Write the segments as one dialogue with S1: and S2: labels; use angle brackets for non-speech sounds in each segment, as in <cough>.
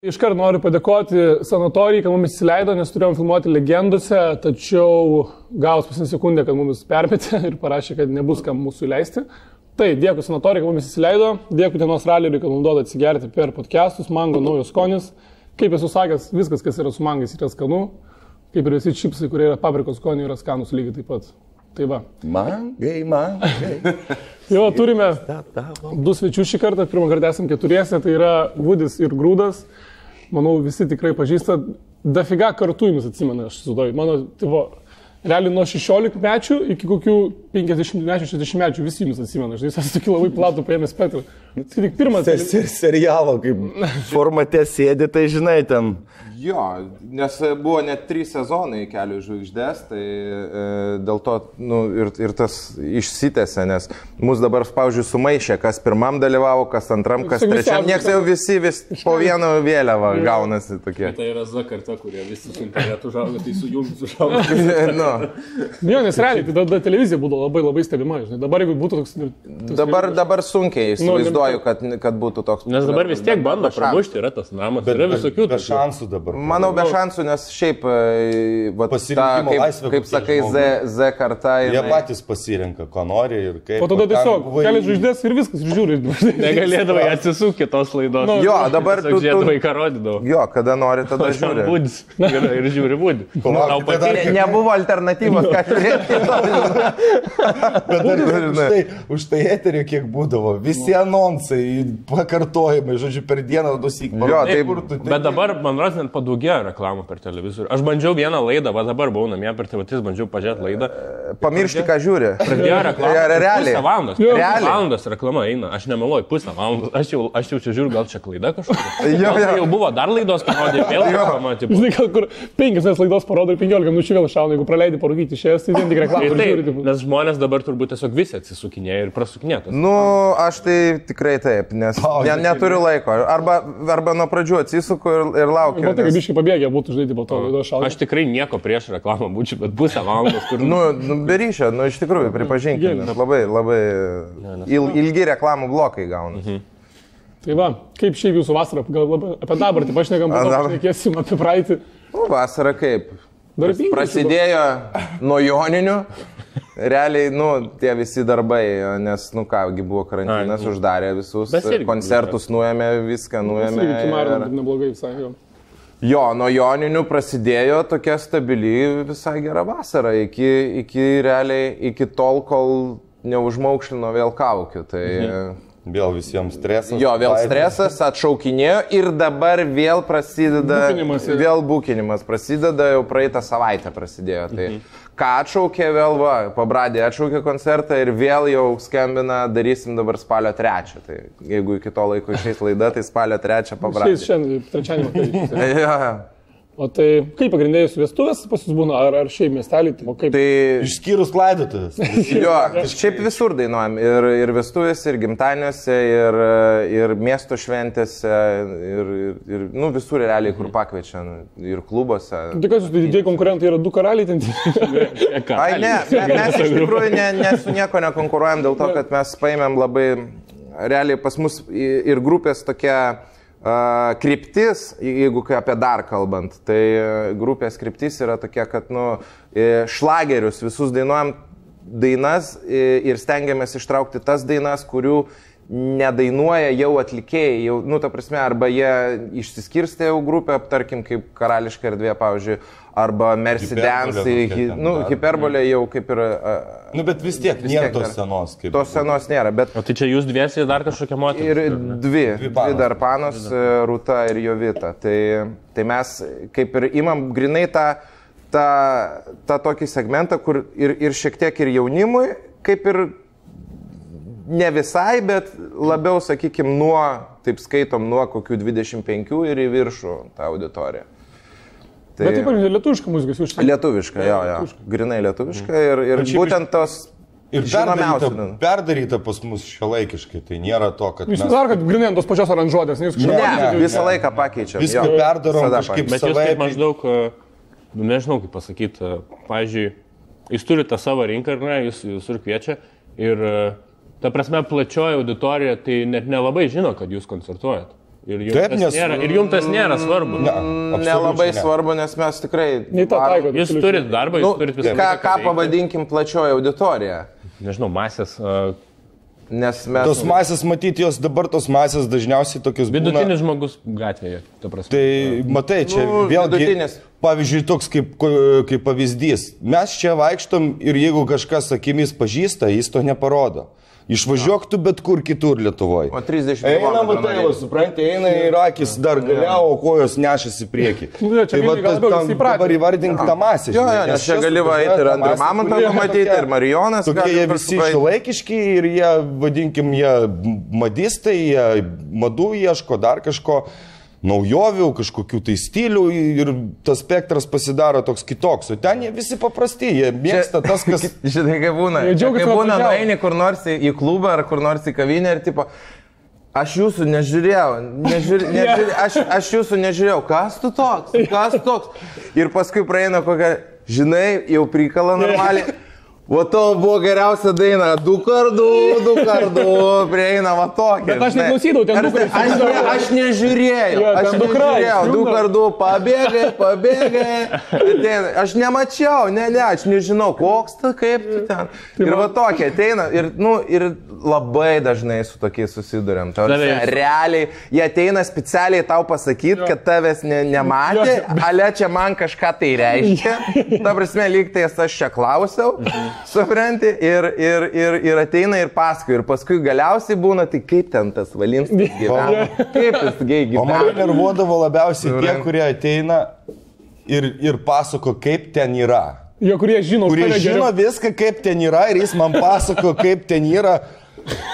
S1: Iškart noriu padėkoti sanatorijai, kad mumis įsileido, nes turėjom filmuoti legendose, tačiau gavus pusę sekundę, kad mumis permetė ir parašė, kad nebus kam mūsų įleisti. Tai dėkui sanatorijai, kad mumis įsileido, dėkui dienos raleriui, kad mums duoda atsigerti per podcastus, mango naujos skonis. Kaip esu sakęs, viskas, kas yra su mangais, yra skanu, kaip ir visi čipsai, kurie yra paprikos skonio, yra skanus lygiai taip pat. Tai va.
S2: Mangai,
S3: <laughs>
S2: mangai.
S1: Jau turime
S2: Ta tavo.
S1: Du svečius šį kartą, pirmą kartą esam keturiese, tai yra Vudis ir Grūdas. Manau, visi tikrai pažįsta. Dafiga kartu jums atsimena, aš sudoju. Mano, tipo, realiai nuo 16 mečių iki kokių 50 mečių, 60 mečių visi jums atsimena. Žinai, jūs esate tokį labai platų paėmę spektrą. Tai tik pirmas.
S2: Se- se- Serialo kaip formate sėdi, tai žinai ten.
S4: Jo, nes e, buvo net trys sezonai kelių žvaigždės, tai e, dėl to nu, ir, ir tas išsitėse, nes mus dabar, pavyzdžiui, sumaišė, kas pirmam dalyvavo, kas antram, kas
S1: Tiesiog
S4: trečiam,
S1: visi-
S4: nieks jau visi vis po vieną vėliavą gaunasi tokie.
S5: Tai yra Z karta, kurie visi su internetu užaugo, tai su jums užaugo.
S4: <laughs> nu,
S1: Ne, nes realiai tai tada televizija būdavo labai labai stebima. Žinai, dabar jeigu būtų toks... toks
S4: dabar, dabar sunkiai įsivaizduoju, kad, kad būtų toks.
S5: Nes dabar vis tiek bando
S4: Be šansų.
S5: pramušti, yra tas namas, yra visokių
S3: Be
S5: tokių.
S3: šansų dabar.
S4: Manau, be šansų, nes šiaip, e,
S3: Nu.
S4: va, ta,
S3: Pasirinkimo
S4: kaip,
S3: laisvė
S4: kaip
S3: kokia
S4: sakai, Z,
S3: žmogui.
S4: Z karta.
S3: Jie
S4: jinai-
S3: patys pasirenka, ko nori ir kaip.
S1: O tada
S3: ten
S1: tiesiog
S3: buvai-
S1: kelias žvaigždės ir viskas, ir žiūri.
S5: Negalėdavai atsisukti tos laidos.
S1: Nu,
S4: Jo, dabar tu,
S5: Tiesiog žiedavai,
S4: tu,
S5: ką rodydavau.
S4: jo, kada nori, tada žiūri. <laughs> tai
S5: Būdis. Ir žiūri būdį.
S3: Palaukite,
S5: Tau
S3: dar-
S5: patinka.
S4: Ne, nebuvo alternatyvos, ką turėti.
S3: Bet dar
S4: Būdavo,
S3: už tai, už tai eterio kiek būdavo. Visi anonsai, pakartojimai, žodžiu, per dieną dusyk.
S4: Jo, taip.
S5: Bet dabar, man rodos, net padaugėjo reklamų per televizorių. Aš bandžiau vieną laidą, va dabar buvau namie per televiziją, bandžiau pažiūrėti laidą.
S4: Pamiršti, ką žiūri. <laughs>
S5: Pradėjo reklamą.
S4: Re- realiai.
S5: Pusę valandos.
S1: Jo.
S4: Realiai.
S5: Valandos reklama eina. Aš nemeluoju, pusę valandos. Aš jau, aš jau čia žiūriu, gal čia klaida kažkokia.
S4: Jo,
S5: Gal tai
S4: jo.
S5: Jau buvo dar laidos, parodė vėl reklama. tipo.
S1: Žinai, gal kur 5 laidos parodo ir 15 minučių vėl šauna, jeigu praleidai parūkyti šias, tai vien tik
S5: Tai
S1: reklamą.
S5: taip, nes žmonės dabar turbūt tiesiog visi atsisukinėja ir prasukinėtas.
S4: Nu, aš tai tikrai taip, nes
S3: Pauzė.
S4: ne, neturiu laiko. Arba, arba nuo pradžių atsisuku ir, ir laukiu.
S1: Matai, kad
S4: nes-
S1: biškai pabėgę būtų, žinai, po to laido šauna.
S5: Aš tikrai nieko prieš reklamą būčiau, bet pusę valandos, kur
S4: Nu, nu, be ryšio, nu, iš tikrųjų, pripažinkime, labai, labai il, ilgi reklamų blokai gauna.
S5: Mhm.
S1: Tai va, kaip šiaip jūsų vasara, gal labai apie dabartį pašnekam,
S4: A,
S1: gal
S4: dabar-
S1: šnekėsim apie praeitį.
S4: Nu, vasara kaip?
S1: Dar penkios
S4: Prasidėjo nuo joninių. Realiai, nu, tie visi darbai, nes, nu, kągi buvo karantinas, uždarė visus,
S5: Mes irgi
S4: koncertus nuėmė, viską nuėmė.
S1: Irgi
S4: ir-
S1: Kimarino, taip neblogai visai. Jo.
S4: Jo, nuo joninių prasidėjo tokia stabili visai gera vasara, iki, iki realiai, iki tol, kol neužmaukšlino vėl kaukių. Tai
S3: Vėl visiems stresas.
S4: jo, vėl
S3: baimė.
S4: stresas atšaukinėjo ir dabar vėl prasideda.
S1: Bukinimas yra.
S4: Vėl būkinimas prasideda, jau praeitą savaitę prasidėjo. Tai ką atšaukė vėl, va, pabradė atšaukė koncertą ir vėl jau skambina, darysim dabar spalio trečią. Tai jeigu iki to laiko išeis laida, tai spalio trečią
S1: Šiais
S4: pabradė.
S1: šiandien, trečiadienį. vakarykštis.
S4: Jo, jo.
S1: O tai kaip pagrindiniai jūsų vestuvės pas jūs būna, ar, ar šiaip miestelį, tai o kaip?
S4: Tai
S3: Išskyrus laidotuvės.
S4: Jo, šiaip visur dainuojam. Ir, ir vestuvėse, ir gimtadieniuose, ir, ir miesto šventėse, ir, ir, ir nu, visur realiai, kur pakviečia, nu, ir klubuose.
S1: Tai kas jūsų didieji konkurentai yra du karaliai ten? <laughs> tai
S5: ką.
S4: Ai, ne, me- mes iš tikrųjų ne, ne su nieko nekonkuruojam dėl to, kad mes paėmėm labai, realiai pas mus i- ir grupės tokia uh, kryptis, jeigu kai apie dar kalbant, tai e, grupės kryptis yra tokia, kad, nu, e, šlagerius visus dainuojam dainas i- ir stengiamės ištraukti tas dainas, kurių nedainuoja jau atlikėjai, jau, nu, ta prasme, arba jie išsiskirstė jau grupę, tarkim, kaip karališka erdvė, pavyzdžiui, arba Mercy
S3: Hiperbolė
S4: Dance,
S3: kokia
S4: hi,
S3: ten
S4: nu,
S3: dar.
S4: hiperbolė jau kaip ir... a, a,
S3: Nu, bet vis tiek
S4: vis tiek
S3: nėra tos
S4: dar.
S3: senos kaip.
S4: Tos senos nėra, bet
S5: O tai čia jūs dviesi dar kažkokia moteris.
S4: ir dvi, dvi
S3: panos.
S4: dar panos, e, Rūta ir Jovita. Tai, tai mes kaip ir imam grinai tą, tą, tą tokį segmentą, kur ir, ir šiek tiek ir jaunimui, kaip ir ne visai, bet labiau, sakykime, nuo, taip skaitom, nuo kokių 25 ir į viršų tą auditoriją. Tai-
S1: Bet taip, pavyzdžiui, lietuvišką muziką jūs užsienio.
S4: Lietuviška, jo, jo. Grinai lietuviška ir,
S3: Mm.
S4: ir
S3: Bet šiaip
S4: būtent tos
S3: Ir perdaryta,
S4: žinomiausios.
S3: perdaryta pas mus šiuolaikiškai, tai nėra to, kad...
S1: Jūs
S3: mes-
S1: dar, kad grinai ant tos pačios aranžuotės, nes jūs
S3: Ne,
S1: kažkaip...
S4: Ne,
S3: ne,
S4: visą
S3: ne.
S4: laiką pakeičiam.
S3: Viską
S4: jo.
S3: perdarom
S4: Visada
S3: kažkaip
S4: pakeičiam.
S5: Bet jūs
S3: savaip-
S5: kaip maždaug, e, nu, nežinau kaip pasakyti, e, pavyzdžiui, jūs turite savo rinką, ar ne, jūs jūs visur kviečia ir e, ta prasme plačioji auditorija tai net nelabai žino, kad jūs koncertuojat. Ir jums,
S3: Taip,
S5: tas,
S3: nes-
S5: nėra, ir jums tas nėra svarbu.
S3: Ne,
S4: Nelabai
S3: absoliučiai ne.
S4: svarbu, nes mes tikrai...
S1: Nei tą taiko.
S5: Nu, Jūs turit darbą, jūs
S4: Nu,
S5: turit viską.
S4: ką, ką pavadinkim plačioji auditorija?
S5: Nežinau, masės. Uh,
S4: Nes mes...
S3: Tos masės matyti, jos dabar tos masės dažniausiai tokios būna-
S5: vidutinis žmogus gatvėje, ta prasme.
S3: Tai matai, čia
S4: Nu,
S3: vėlgi,
S4: vidutinis.
S3: pavyzdžiui, toks kaip, ko- kaip pavyzdys. Mes čia vaikštom ir jeigu kažkas akimis pažįsta, jis to neparodo. Išvažiuok tu bet kur kitur Lietuvoje.
S4: O tai 30
S3: Eina,
S4: kilometrų
S3: matai,
S4: nuo
S3: va, supranti, eina ir akis dar galia, o kojos nešasi prieki.
S1: <laughs> Nu, jo, čia
S3: va,
S1: Vilniuj gal
S3: ta-
S1: labiau
S3: tam
S1: visi įpratę.
S3: Dabar įvardink tą masę.
S4: Jo,
S3: žinai,
S4: jo, nes čia
S3: čia
S4: gali va
S3: suvažiuoja
S4: eiti ir
S3: ta
S4: Andrių
S3: masė,
S4: Mamantą
S3: kurie
S4: pamatyti,
S3: tokie-
S4: ir Marijonas
S3: Tokie
S4: gali
S3: jie
S4: kažkur
S3: visi
S4: praeit.
S3: šilaikiški ir jie, vadinkim, jie madistai, jie madų ieško, dar kažko naujovių, kažkokių tai stilių ir tas spektras pasidaro toks kitoks. O ten jie visi paprasti, jie mėgsta tas, kas...
S4: <laughs> Žinai, kaip būna.
S1: Jie džiaugiasi,
S4: Kaip būna,
S1: kad atvažiavo.
S4: nueini kur nors į į klubą ar kur nors į kavinę ir tipo... Aš jūsų nežiūrėjau, nežiūr,
S1: <laughs>
S4: nežiūr, aš, aš jūsų nežiūrėjau, kas tu toks, kas tu toks. Ir paskui praeina kokia, žinai, jau prikala
S1: <laughs>
S4: normaliai. O to buvo geriausia daina, du kartų, du kartų, prieina va tokia.
S1: Bet aš
S4: žinai.
S1: neklausydavau, ten
S4: Ar
S1: dukrai
S4: tai- Aš, ne,
S1: skambindavo.
S4: aš nežiūrėjau,
S1: Jo,
S4: aš
S1: ten dukra
S4: nežiūrėjau, du
S1: išjungdavo.
S4: kartų pabėgai, pabėgai. Ateina. Aš nemačiau, ne, ne, aš nežinau, koks tu, kaip tu ten. Ir va tokie ateina, ir, nu, ir labai dažnai su tokiais susidurėm. Ta prasme,
S5: Davėjus.
S4: Realiai, jie ateina specialiai tau pasakyti, kad tavęs ne, nematė, ale čia man kažką tai reiškia. Ta prasme, lyg tai aš čia klausiau, supranti, ir, ir, ir, ir ateina ir paskui, ir paskui galiausiai būna, tai kaip ten tas valinskis gyvena, kaip jis gei
S3: O mane
S4: gyvena.
S3: nervuodavo labiausiai tie, kurie ateina ir, ir pasako, kaip ten yra.
S1: Jo, kurie žino,
S3: kurie
S1: už tave
S3: žino
S1: geriau.
S3: viską, kaip ten yra, ir jis man pasako, kaip ten yra.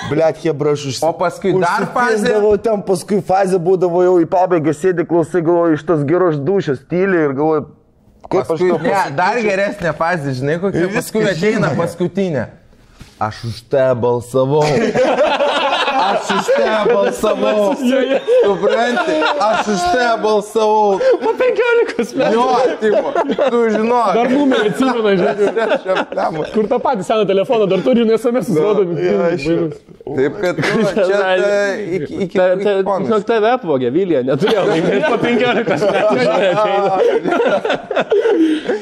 S3: Blet, jie bražus.
S4: O paskui dar fazė?
S3: Ten paskui fazė būdavo jau į pabaigą, sėdi klausai, galvoju, iš tos geros dušės, tyliai ir galvoju, kaip
S4: Paskui,
S3: aš to
S4: ne, dar geresnė fazė, žinai, kokia
S3: Ir viską
S4: paskui ateina
S3: žino.
S4: paskutinė. Aš už te balsavau. Aš už te balsavau.
S1: <laughs> Jo, jo.
S4: Supranti, aš už te balsavau.
S5: po 15 metų.
S4: Jo, tipo, tu žinok.
S1: Dar numerį atsimena, žinai.
S4: Dar
S1: Kur tą patį seną telefoną dar turi, nes mes susirodomi.
S4: Taip, kad nu, čia ta, iki, iki,
S5: Ta,
S4: iki
S5: ta,
S4: ponas.
S5: žinok, tave apvogė, Vilija, neturėjau laimėti po 15 metų. <laughs> žinai, ateina.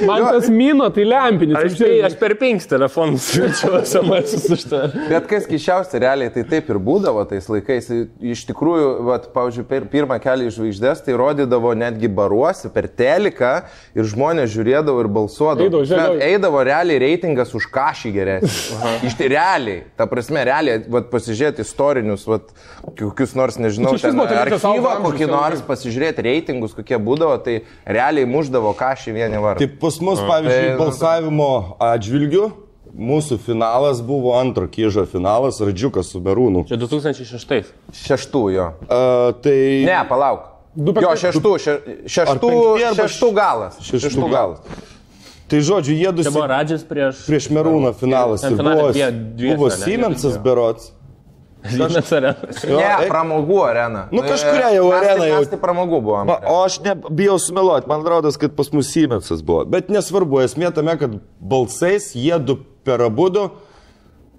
S1: Man tas mino, tai lempinis.
S5: Aš, tai, aš per 5 telefonus siunčiau SMS už tą.
S4: Bet kas keščiausia, realiai tai taip ir būdavo tais laikais. Iš tikrųjų, vat, pavyzdžiui, per pirmą kelią į žvaigždės tai rodydavo netgi baruose per teliką ir žmonės žiūrėdavo ir balsuodavo.
S1: Eidavo, žiūrėdavo.
S4: Bet eidavo realiai reitingas už kažį geresnį. Iš tai realiai, ta prasme, realiai, vat, pasižiūrėti istorinius, vat, kokius nors, nežinau,
S1: Tai čia iš vis
S4: ten,
S1: buvo tokia tas
S4: archyvą
S1: aukso amžius
S4: kokį
S1: jau.
S4: nors, pasižiūrėti reitingus, kokie būdavo, tai realiai muždavo kažį vieni vardą.
S3: Taip, pas mus, pavyzdžiui,
S4: Tai-
S3: balsavimo atžvilgiu, mūsų finalas buvo antro kyžo finalas, Radžiukas su Berūnu.
S5: Čia 2006.
S4: Šeštųjo.
S3: A, tai...
S4: Ne, palauk.
S1: Du penkti-
S4: Jo, šeštų, še, šeštų,
S3: penkti arba
S4: šeštų galas.
S3: Šeštų galas. Tai žodžiu, jie
S5: Čia
S3: dusi
S5: buvo Radžis prieš...
S3: prieš Merūną finalas.
S5: Ten
S3: Ir
S5: finale
S3: buvo,
S5: dvie- dviese,
S3: buvo
S5: ne?
S3: Siemensas berots.
S5: Žinės arenas.
S3: Jo,
S4: Ne,
S3: eik-
S4: pramogų arena.
S3: Nu, kažkuria jau
S4: Mes tai-
S3: arena jau-
S4: Mes tai pramogų buvom.
S3: Ma, o aš ne, bijau sumeluoti, man atrodo, kad pas mus Siemensas buvo. Bet nesvarbu, esmė tame, kad balsais jie du per abu du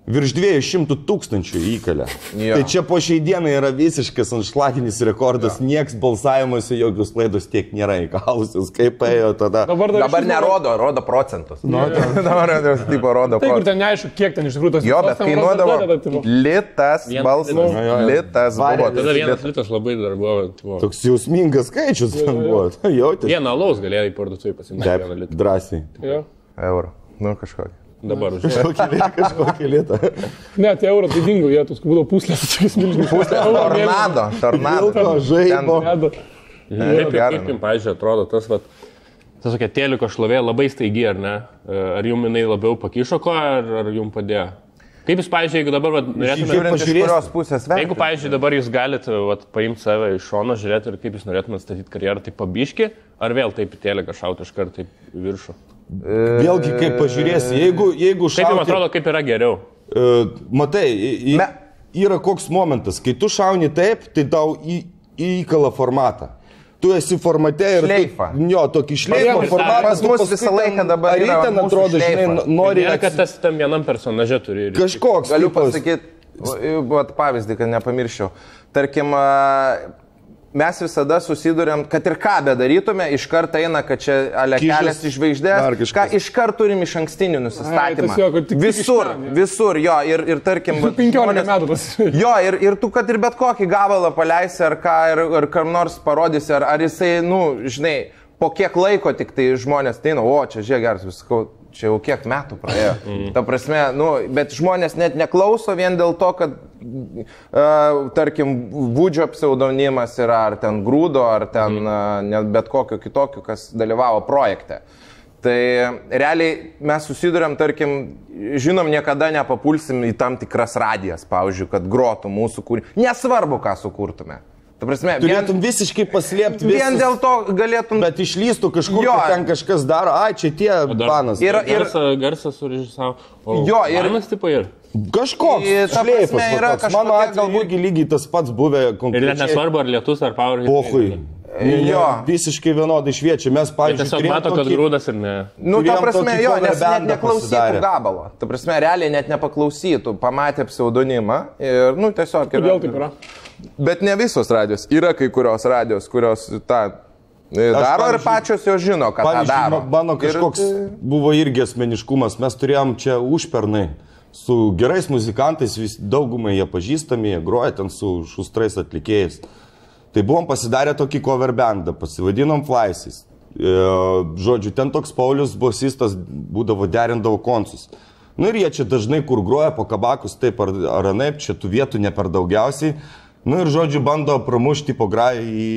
S3: virš 200 tūkstančių įkalė.
S4: Jo.
S3: Tai čia po šiai dienai yra visiškas anšlaginis rekordas, ja. nieks balsavimuose jokios laidos tiek nėra įkalusios, kaip ėjo tada.
S1: Dabar dar
S4: Dabar
S1: iš-
S4: nerodo, rodo procentus. <laughs> Nu, dabar rodo, tipo, rodo
S1: Taip, tai kur
S4: procentus.
S1: ten neaišku, kiek ten iš tikrųjų tas
S4: Jo, bet
S1: tas ten tai prasideda,
S4: kainuodavo
S1: tipo.
S4: litas
S5: Vienas
S4: balsas.
S3: litas. Jo, jo.
S4: Litas
S3: Varė
S4: buvo.
S5: Tada
S4: tas
S5: vienas
S4: litas.
S5: litas labai dar buvo. buvo.
S3: Toks jausmingas skaičius ten buvo. <laughs> Jautė.
S5: Vieną alaus galėjai parduotuvėje pasimti.
S3: Taip,
S5: Vieną litą.
S3: drąsiai.
S1: Jo.
S4: Eurų. Nu, kažkokį.
S5: Dabar už.
S3: Kokį li- Kažkokį litą.
S1: Ne, tie eurų tai dingo, jie tos būdavo puslės, <laughs> čia vis milžiniškas.
S4: Tornado, tornado.
S3: Vilko žaibo.
S5: Kaip,
S4: gera,
S5: kaip
S4: nu.
S5: jums, pavyzdžiui, atrodo tas, vat, tas tokia teliko šlovė labai staigi, ar ne? E, Ar jums jinai labiau pakišo ko, ar, ar jums padėjo? Kaip jūs, pavyzdžiui, jeigu dabar vat, norėtumėte...
S4: Žiūrint, iš
S3: pažiūrėsim.
S4: kurios pusės
S5: Jeigu,
S4: veikia.
S5: pavyzdžiui, dabar jūs galite vat, paimti save iš šono, žiūrėti ir kaip jūs norėtumėte statyti karjerą, tai pabiški, ar vėl taip į teleką šauti iš karto taip į viršų?
S3: Vėlgi, kaip pažiūrėsi, jeigu, jeigu
S5: Kaip jums
S3: šauti-
S5: atrodo, kaip yra geriau?
S3: E, matai, i- i-
S4: Me-
S3: yra koks momentas, kai tu šauni taip, tai tau į, įkala formatą. Tu esi formate ir... tu-
S4: Šleifą.
S3: Jo, tokį šleifą
S5: Paėmė,
S3: formatą.
S4: pas
S3: tu
S4: mus
S3: paskui
S4: visą laiką
S3: ten-
S4: dabar
S3: Ar
S4: yra
S3: į ten
S4: mūsų
S3: atrodo, žinai,
S4: šleifą.
S3: n- nori...
S5: Nėra, kad
S3: ats-
S5: tas tam vienam personaže turi ir...
S3: Kažkoks.
S4: Galiu
S3: tipas.
S4: pasakyti, vat pavyzdį, kad nepamirščiau. Tarkim, a, mes visada susidurėm, kad ir ką bedarytume, iš karto eina, kad čia
S3: Kyšis,
S4: alekelės iš
S3: dar
S4: žvaigždės, ką
S3: kažkas.
S4: iš karto turim iš ankstinių nusistatymų.
S1: Ai, tiesiog, kad tik- tik iš
S4: visur,
S1: ten, jo.
S4: visur, jo, ir, ir
S1: <laughs>
S4: tarkim, vat
S1: 15
S4: žmonės-
S1: metų tas. <laughs>
S4: <laughs> Jo, ir, ir tu, kad ir bet kokį gabalą paleisi, ar ką, ir, ir kam nors parodysi, ar, ar jisai, nu, žinai, po kiek laiko tik tai žmonės, tai, nu, o, čia žiūrėk, geras, viskau, čia jau kiek metų praėjo. Ta prasme, nu, bet žmonės net neklauso vien dėl to, kad, uh, tarkim, Vudžio pseudonimas yra, ar ten Grūdo, ar ten uh, net bet kokio kitokio, kas dalyvavo projekte. Tai realiai mes susidurėm, tarkim, žinom, niekada nepapulsim į tam tikras radijas, pavyzdžiui, kad grotų mūsų kūrinį. Nesvarbu, ką sukurtume. Ta prasme, vien,
S3: Turėtum visiškai paslėpti visą.
S4: vien dėl to galėtum...
S3: Bet išlystų kažkur,
S4: Jo.
S3: kad ten kažkas daro, ai, čia tie panas.
S4: Ir-
S3: Ir...
S5: Ir garsą, garsą surežisavo.
S4: Jo, ir-
S5: Manas tipo ir.
S3: Kažkoks.
S4: Ir ta
S3: šleifas
S4: prasme
S3: va
S4: yra
S3: toks. Mano
S4: kažkokie
S3: atveju galbūt lygiai tas pats buvę
S5: Ir net
S3: konkrečiai.
S5: nesvarbu, ar lietus, ar power. hit.
S3: Pohui.
S4: Jo.
S3: Visiškai vienodai šviečia. Mes,
S5: Bet
S3: pavyzdžiui,
S5: Tiesiog
S3: turėjom
S5: mato, kad
S3: tokį-
S5: grūdas ir ne.
S4: Nu, ta
S3: turėjom
S4: prasme,
S3: tokį
S4: jo,
S3: cover
S4: nes net
S3: bandą
S4: neklausytų
S3: pasidarę.
S4: gabalo. Ta prasme, realiai net nepaklausytų, pamatė pseudonimą ir, nu, tiesiog... yra-
S1: Kodėl taip yra?
S4: Bet ne visos radijos. Yra kai kurios radijos, kurios tą e, daro ir
S3: pavyzdžiui-
S4: pačios jos žino, ką tą
S3: Pavyzdžiui,
S4: daro.
S3: ma- mano kažkoks
S4: Ir, e, tai-
S3: ir... buvo irgi asmeniškumas. Mes turėjom čia užpernai su gerais muzikantais, vis, daugumai jie pažįstami, jie groja ten su šustrais atlikėjais. Tai buvom pasidarę tokį cover bandą, pasivadinom Flaisys. E, žodžiu, ten toks Paulius bosistas būdavo derindavo koncus. Nu ir jie čia dažnai kur groja po kabakus, taip ar, ar anaip, čia tų vietų ne per daugiausiai. Nu ir žodžiu, bando pramušti po grą į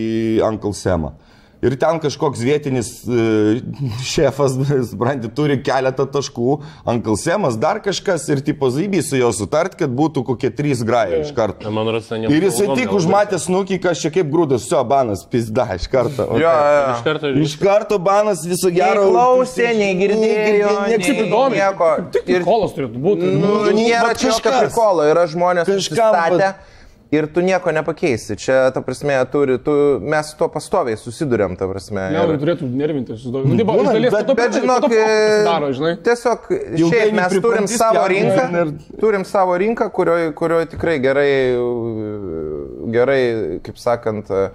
S3: Uncle Semą. Ir ten kažkoks vietinis e, <laughs> šefas, brandi, turi keletą taškų, Uncle Semas, dar kažkas ir tipo zybį su juo sutart, kad būtų kokie trys grajai iš karto.
S5: Man rodos, ten jau.
S3: Ir jisai tik užmatė snukį, kas čia kaip grūdas, su banas, pizda, iš karto.
S4: Jo, jo, jo.
S5: Iš karto
S3: Iš karto banas viso
S4: Nei
S3: gero.
S4: klausė, nei girdėjo,
S3: nei-
S1: Kaip
S4: nei
S1: įdomu.
S4: nieko.
S1: Tik
S4: Ir
S1: kolas turėtų būti.
S4: nu,
S3: nu,
S4: nėra
S3: vat
S4: čia jokio
S3: kažkas.
S4: prikolo, yra žmonės
S3: Kažkam,
S4: nusistatę.
S3: vat-
S4: Ir tu nieko nepakeisi. Čia, ta prasme, turi, tu, mes su tuo pastoviai susidurėm, ta prasme.
S1: Ne,
S4: ir-
S1: tai turėtų nervinti, aš įsivaizduoju. Nu, tipo, iš
S3: Būna,
S1: dalies
S3: bet-
S1: po to
S4: Bet
S1: prideda,
S4: žinok,
S1: po to
S4: e,
S1: pasidaro, žinai.
S4: tiesiog šiaip
S3: Ilgainiui
S4: mes turim
S3: priprantys,
S4: savo
S3: jam
S4: rinką,
S3: ir-
S4: turim savo rinką, kurioje kurioj tikrai gerai, gerai, kaip sakant, e,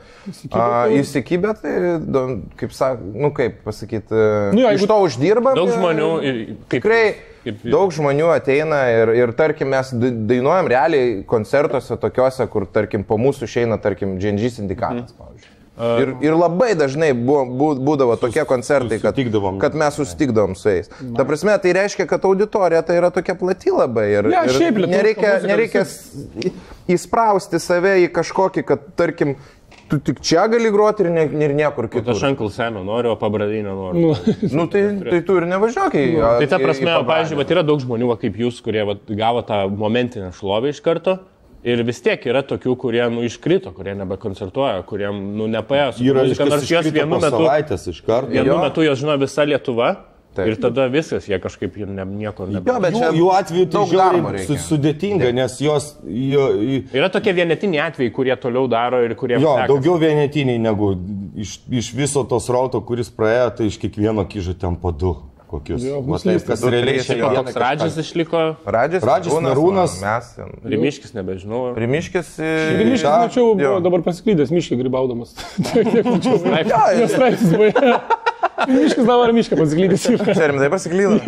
S4: a, įsikibę, tai, do- kaip, sak, nu, kaip pasakyti,
S1: Nu jo,
S4: nu,
S1: jeigu
S4: iš to uždirba.
S5: daug žmonių. ir- kaip-
S4: Tikrai
S5: kaip-
S4: daug žmonių ateina ir, ir tarkim, mes da- dainuojam realiai koncertuose tokiuose, kur, tarkim, po mūsų išeina, tarkim, Džendžy sindikatas, pavyzdžiui. Ir, ir labai dažnai buvo, bu- būdavo tokie koncertai, kad,
S3: susitikdavom.
S4: kad mes susitikdavom su jais. Ta prasme, tai reiškia, kad auditorija tai yra tokia plati labai. Ir,
S1: Ne,
S4: ir
S1: šiaip lietuviška
S4: nereikia,
S1: muzika
S4: nereikia s- į- įsprausti save į kažkokį, kad, tarkim, tu tik čia gali groti ir, ne, ir niekur
S5: Aš
S4: kitur.
S5: Ankl Semio noriu, o pabradinio noriu.
S1: Nu,
S4: Nu, tai, tai tu ir nevažiuok į...
S5: Tai ta
S4: į- į
S5: prasme,
S4: pabalį.
S5: pavyzdžiui, vat yra daug žmonių, va, kaip jūs, kurie vat, gavo tą momentinę šlovę iš karto. Ir vis tiek yra tokių, kurie nu, iškrito, kurie nebekoncertuoja, kuriem nu, nepaėjo. su
S3: Yra
S5: muzika,
S3: kažkas
S5: nors jos
S3: iškrito
S5: vienu
S3: po
S5: metu,
S3: Savaitės iš karto.
S5: vienu
S4: Jo.
S5: metu jos žino visa Lietuva.
S4: Taip.
S5: Taip. Ir tada viskas, jie kažkaip ir ne, nieko
S4: Jo,
S5: nebėra.
S4: bet
S3: Jų,
S4: čia
S3: jų atveju tai
S4: daug darbo
S3: žiauriai
S4: reikia.
S3: su- sudėtinga, nes jos... Jo, jo,
S5: Yra tokie vienetiniai atvejai, kurie toliau daro ir kurie...
S3: Jo,
S5: sekas.
S3: daugiau vienetiniai negu iš, iš viso tos rauto, kuris praėjo, tai iš kiekvieno kyžo ten po du. Kokius.
S1: Jo,
S3: Va taip,
S1: muslysta.
S3: kas
S4: Du,
S3: realiai
S4: trys,
S3: šiandien
S4: jo.
S3: dienai
S5: Toks
S3: kažką-
S5: radžis išliko,
S4: Radžis,
S3: Radžis, Narūnas.
S4: va, mes ten.
S5: Rimiškis nebežinau.
S4: Primiškis.
S1: Grimiškis,
S3: Ta-
S1: mačiau, buvo
S4: jo.
S1: dabar pasiklydęs miškį gribaudamas. Tiek, tiek mačiau.
S4: jo.
S1: Nes straipsnis buvo. Miškis dabar mišką pasiklydęs. yra.
S4: Čia rimtai tai
S1: <laughs>
S4: pasiklydau.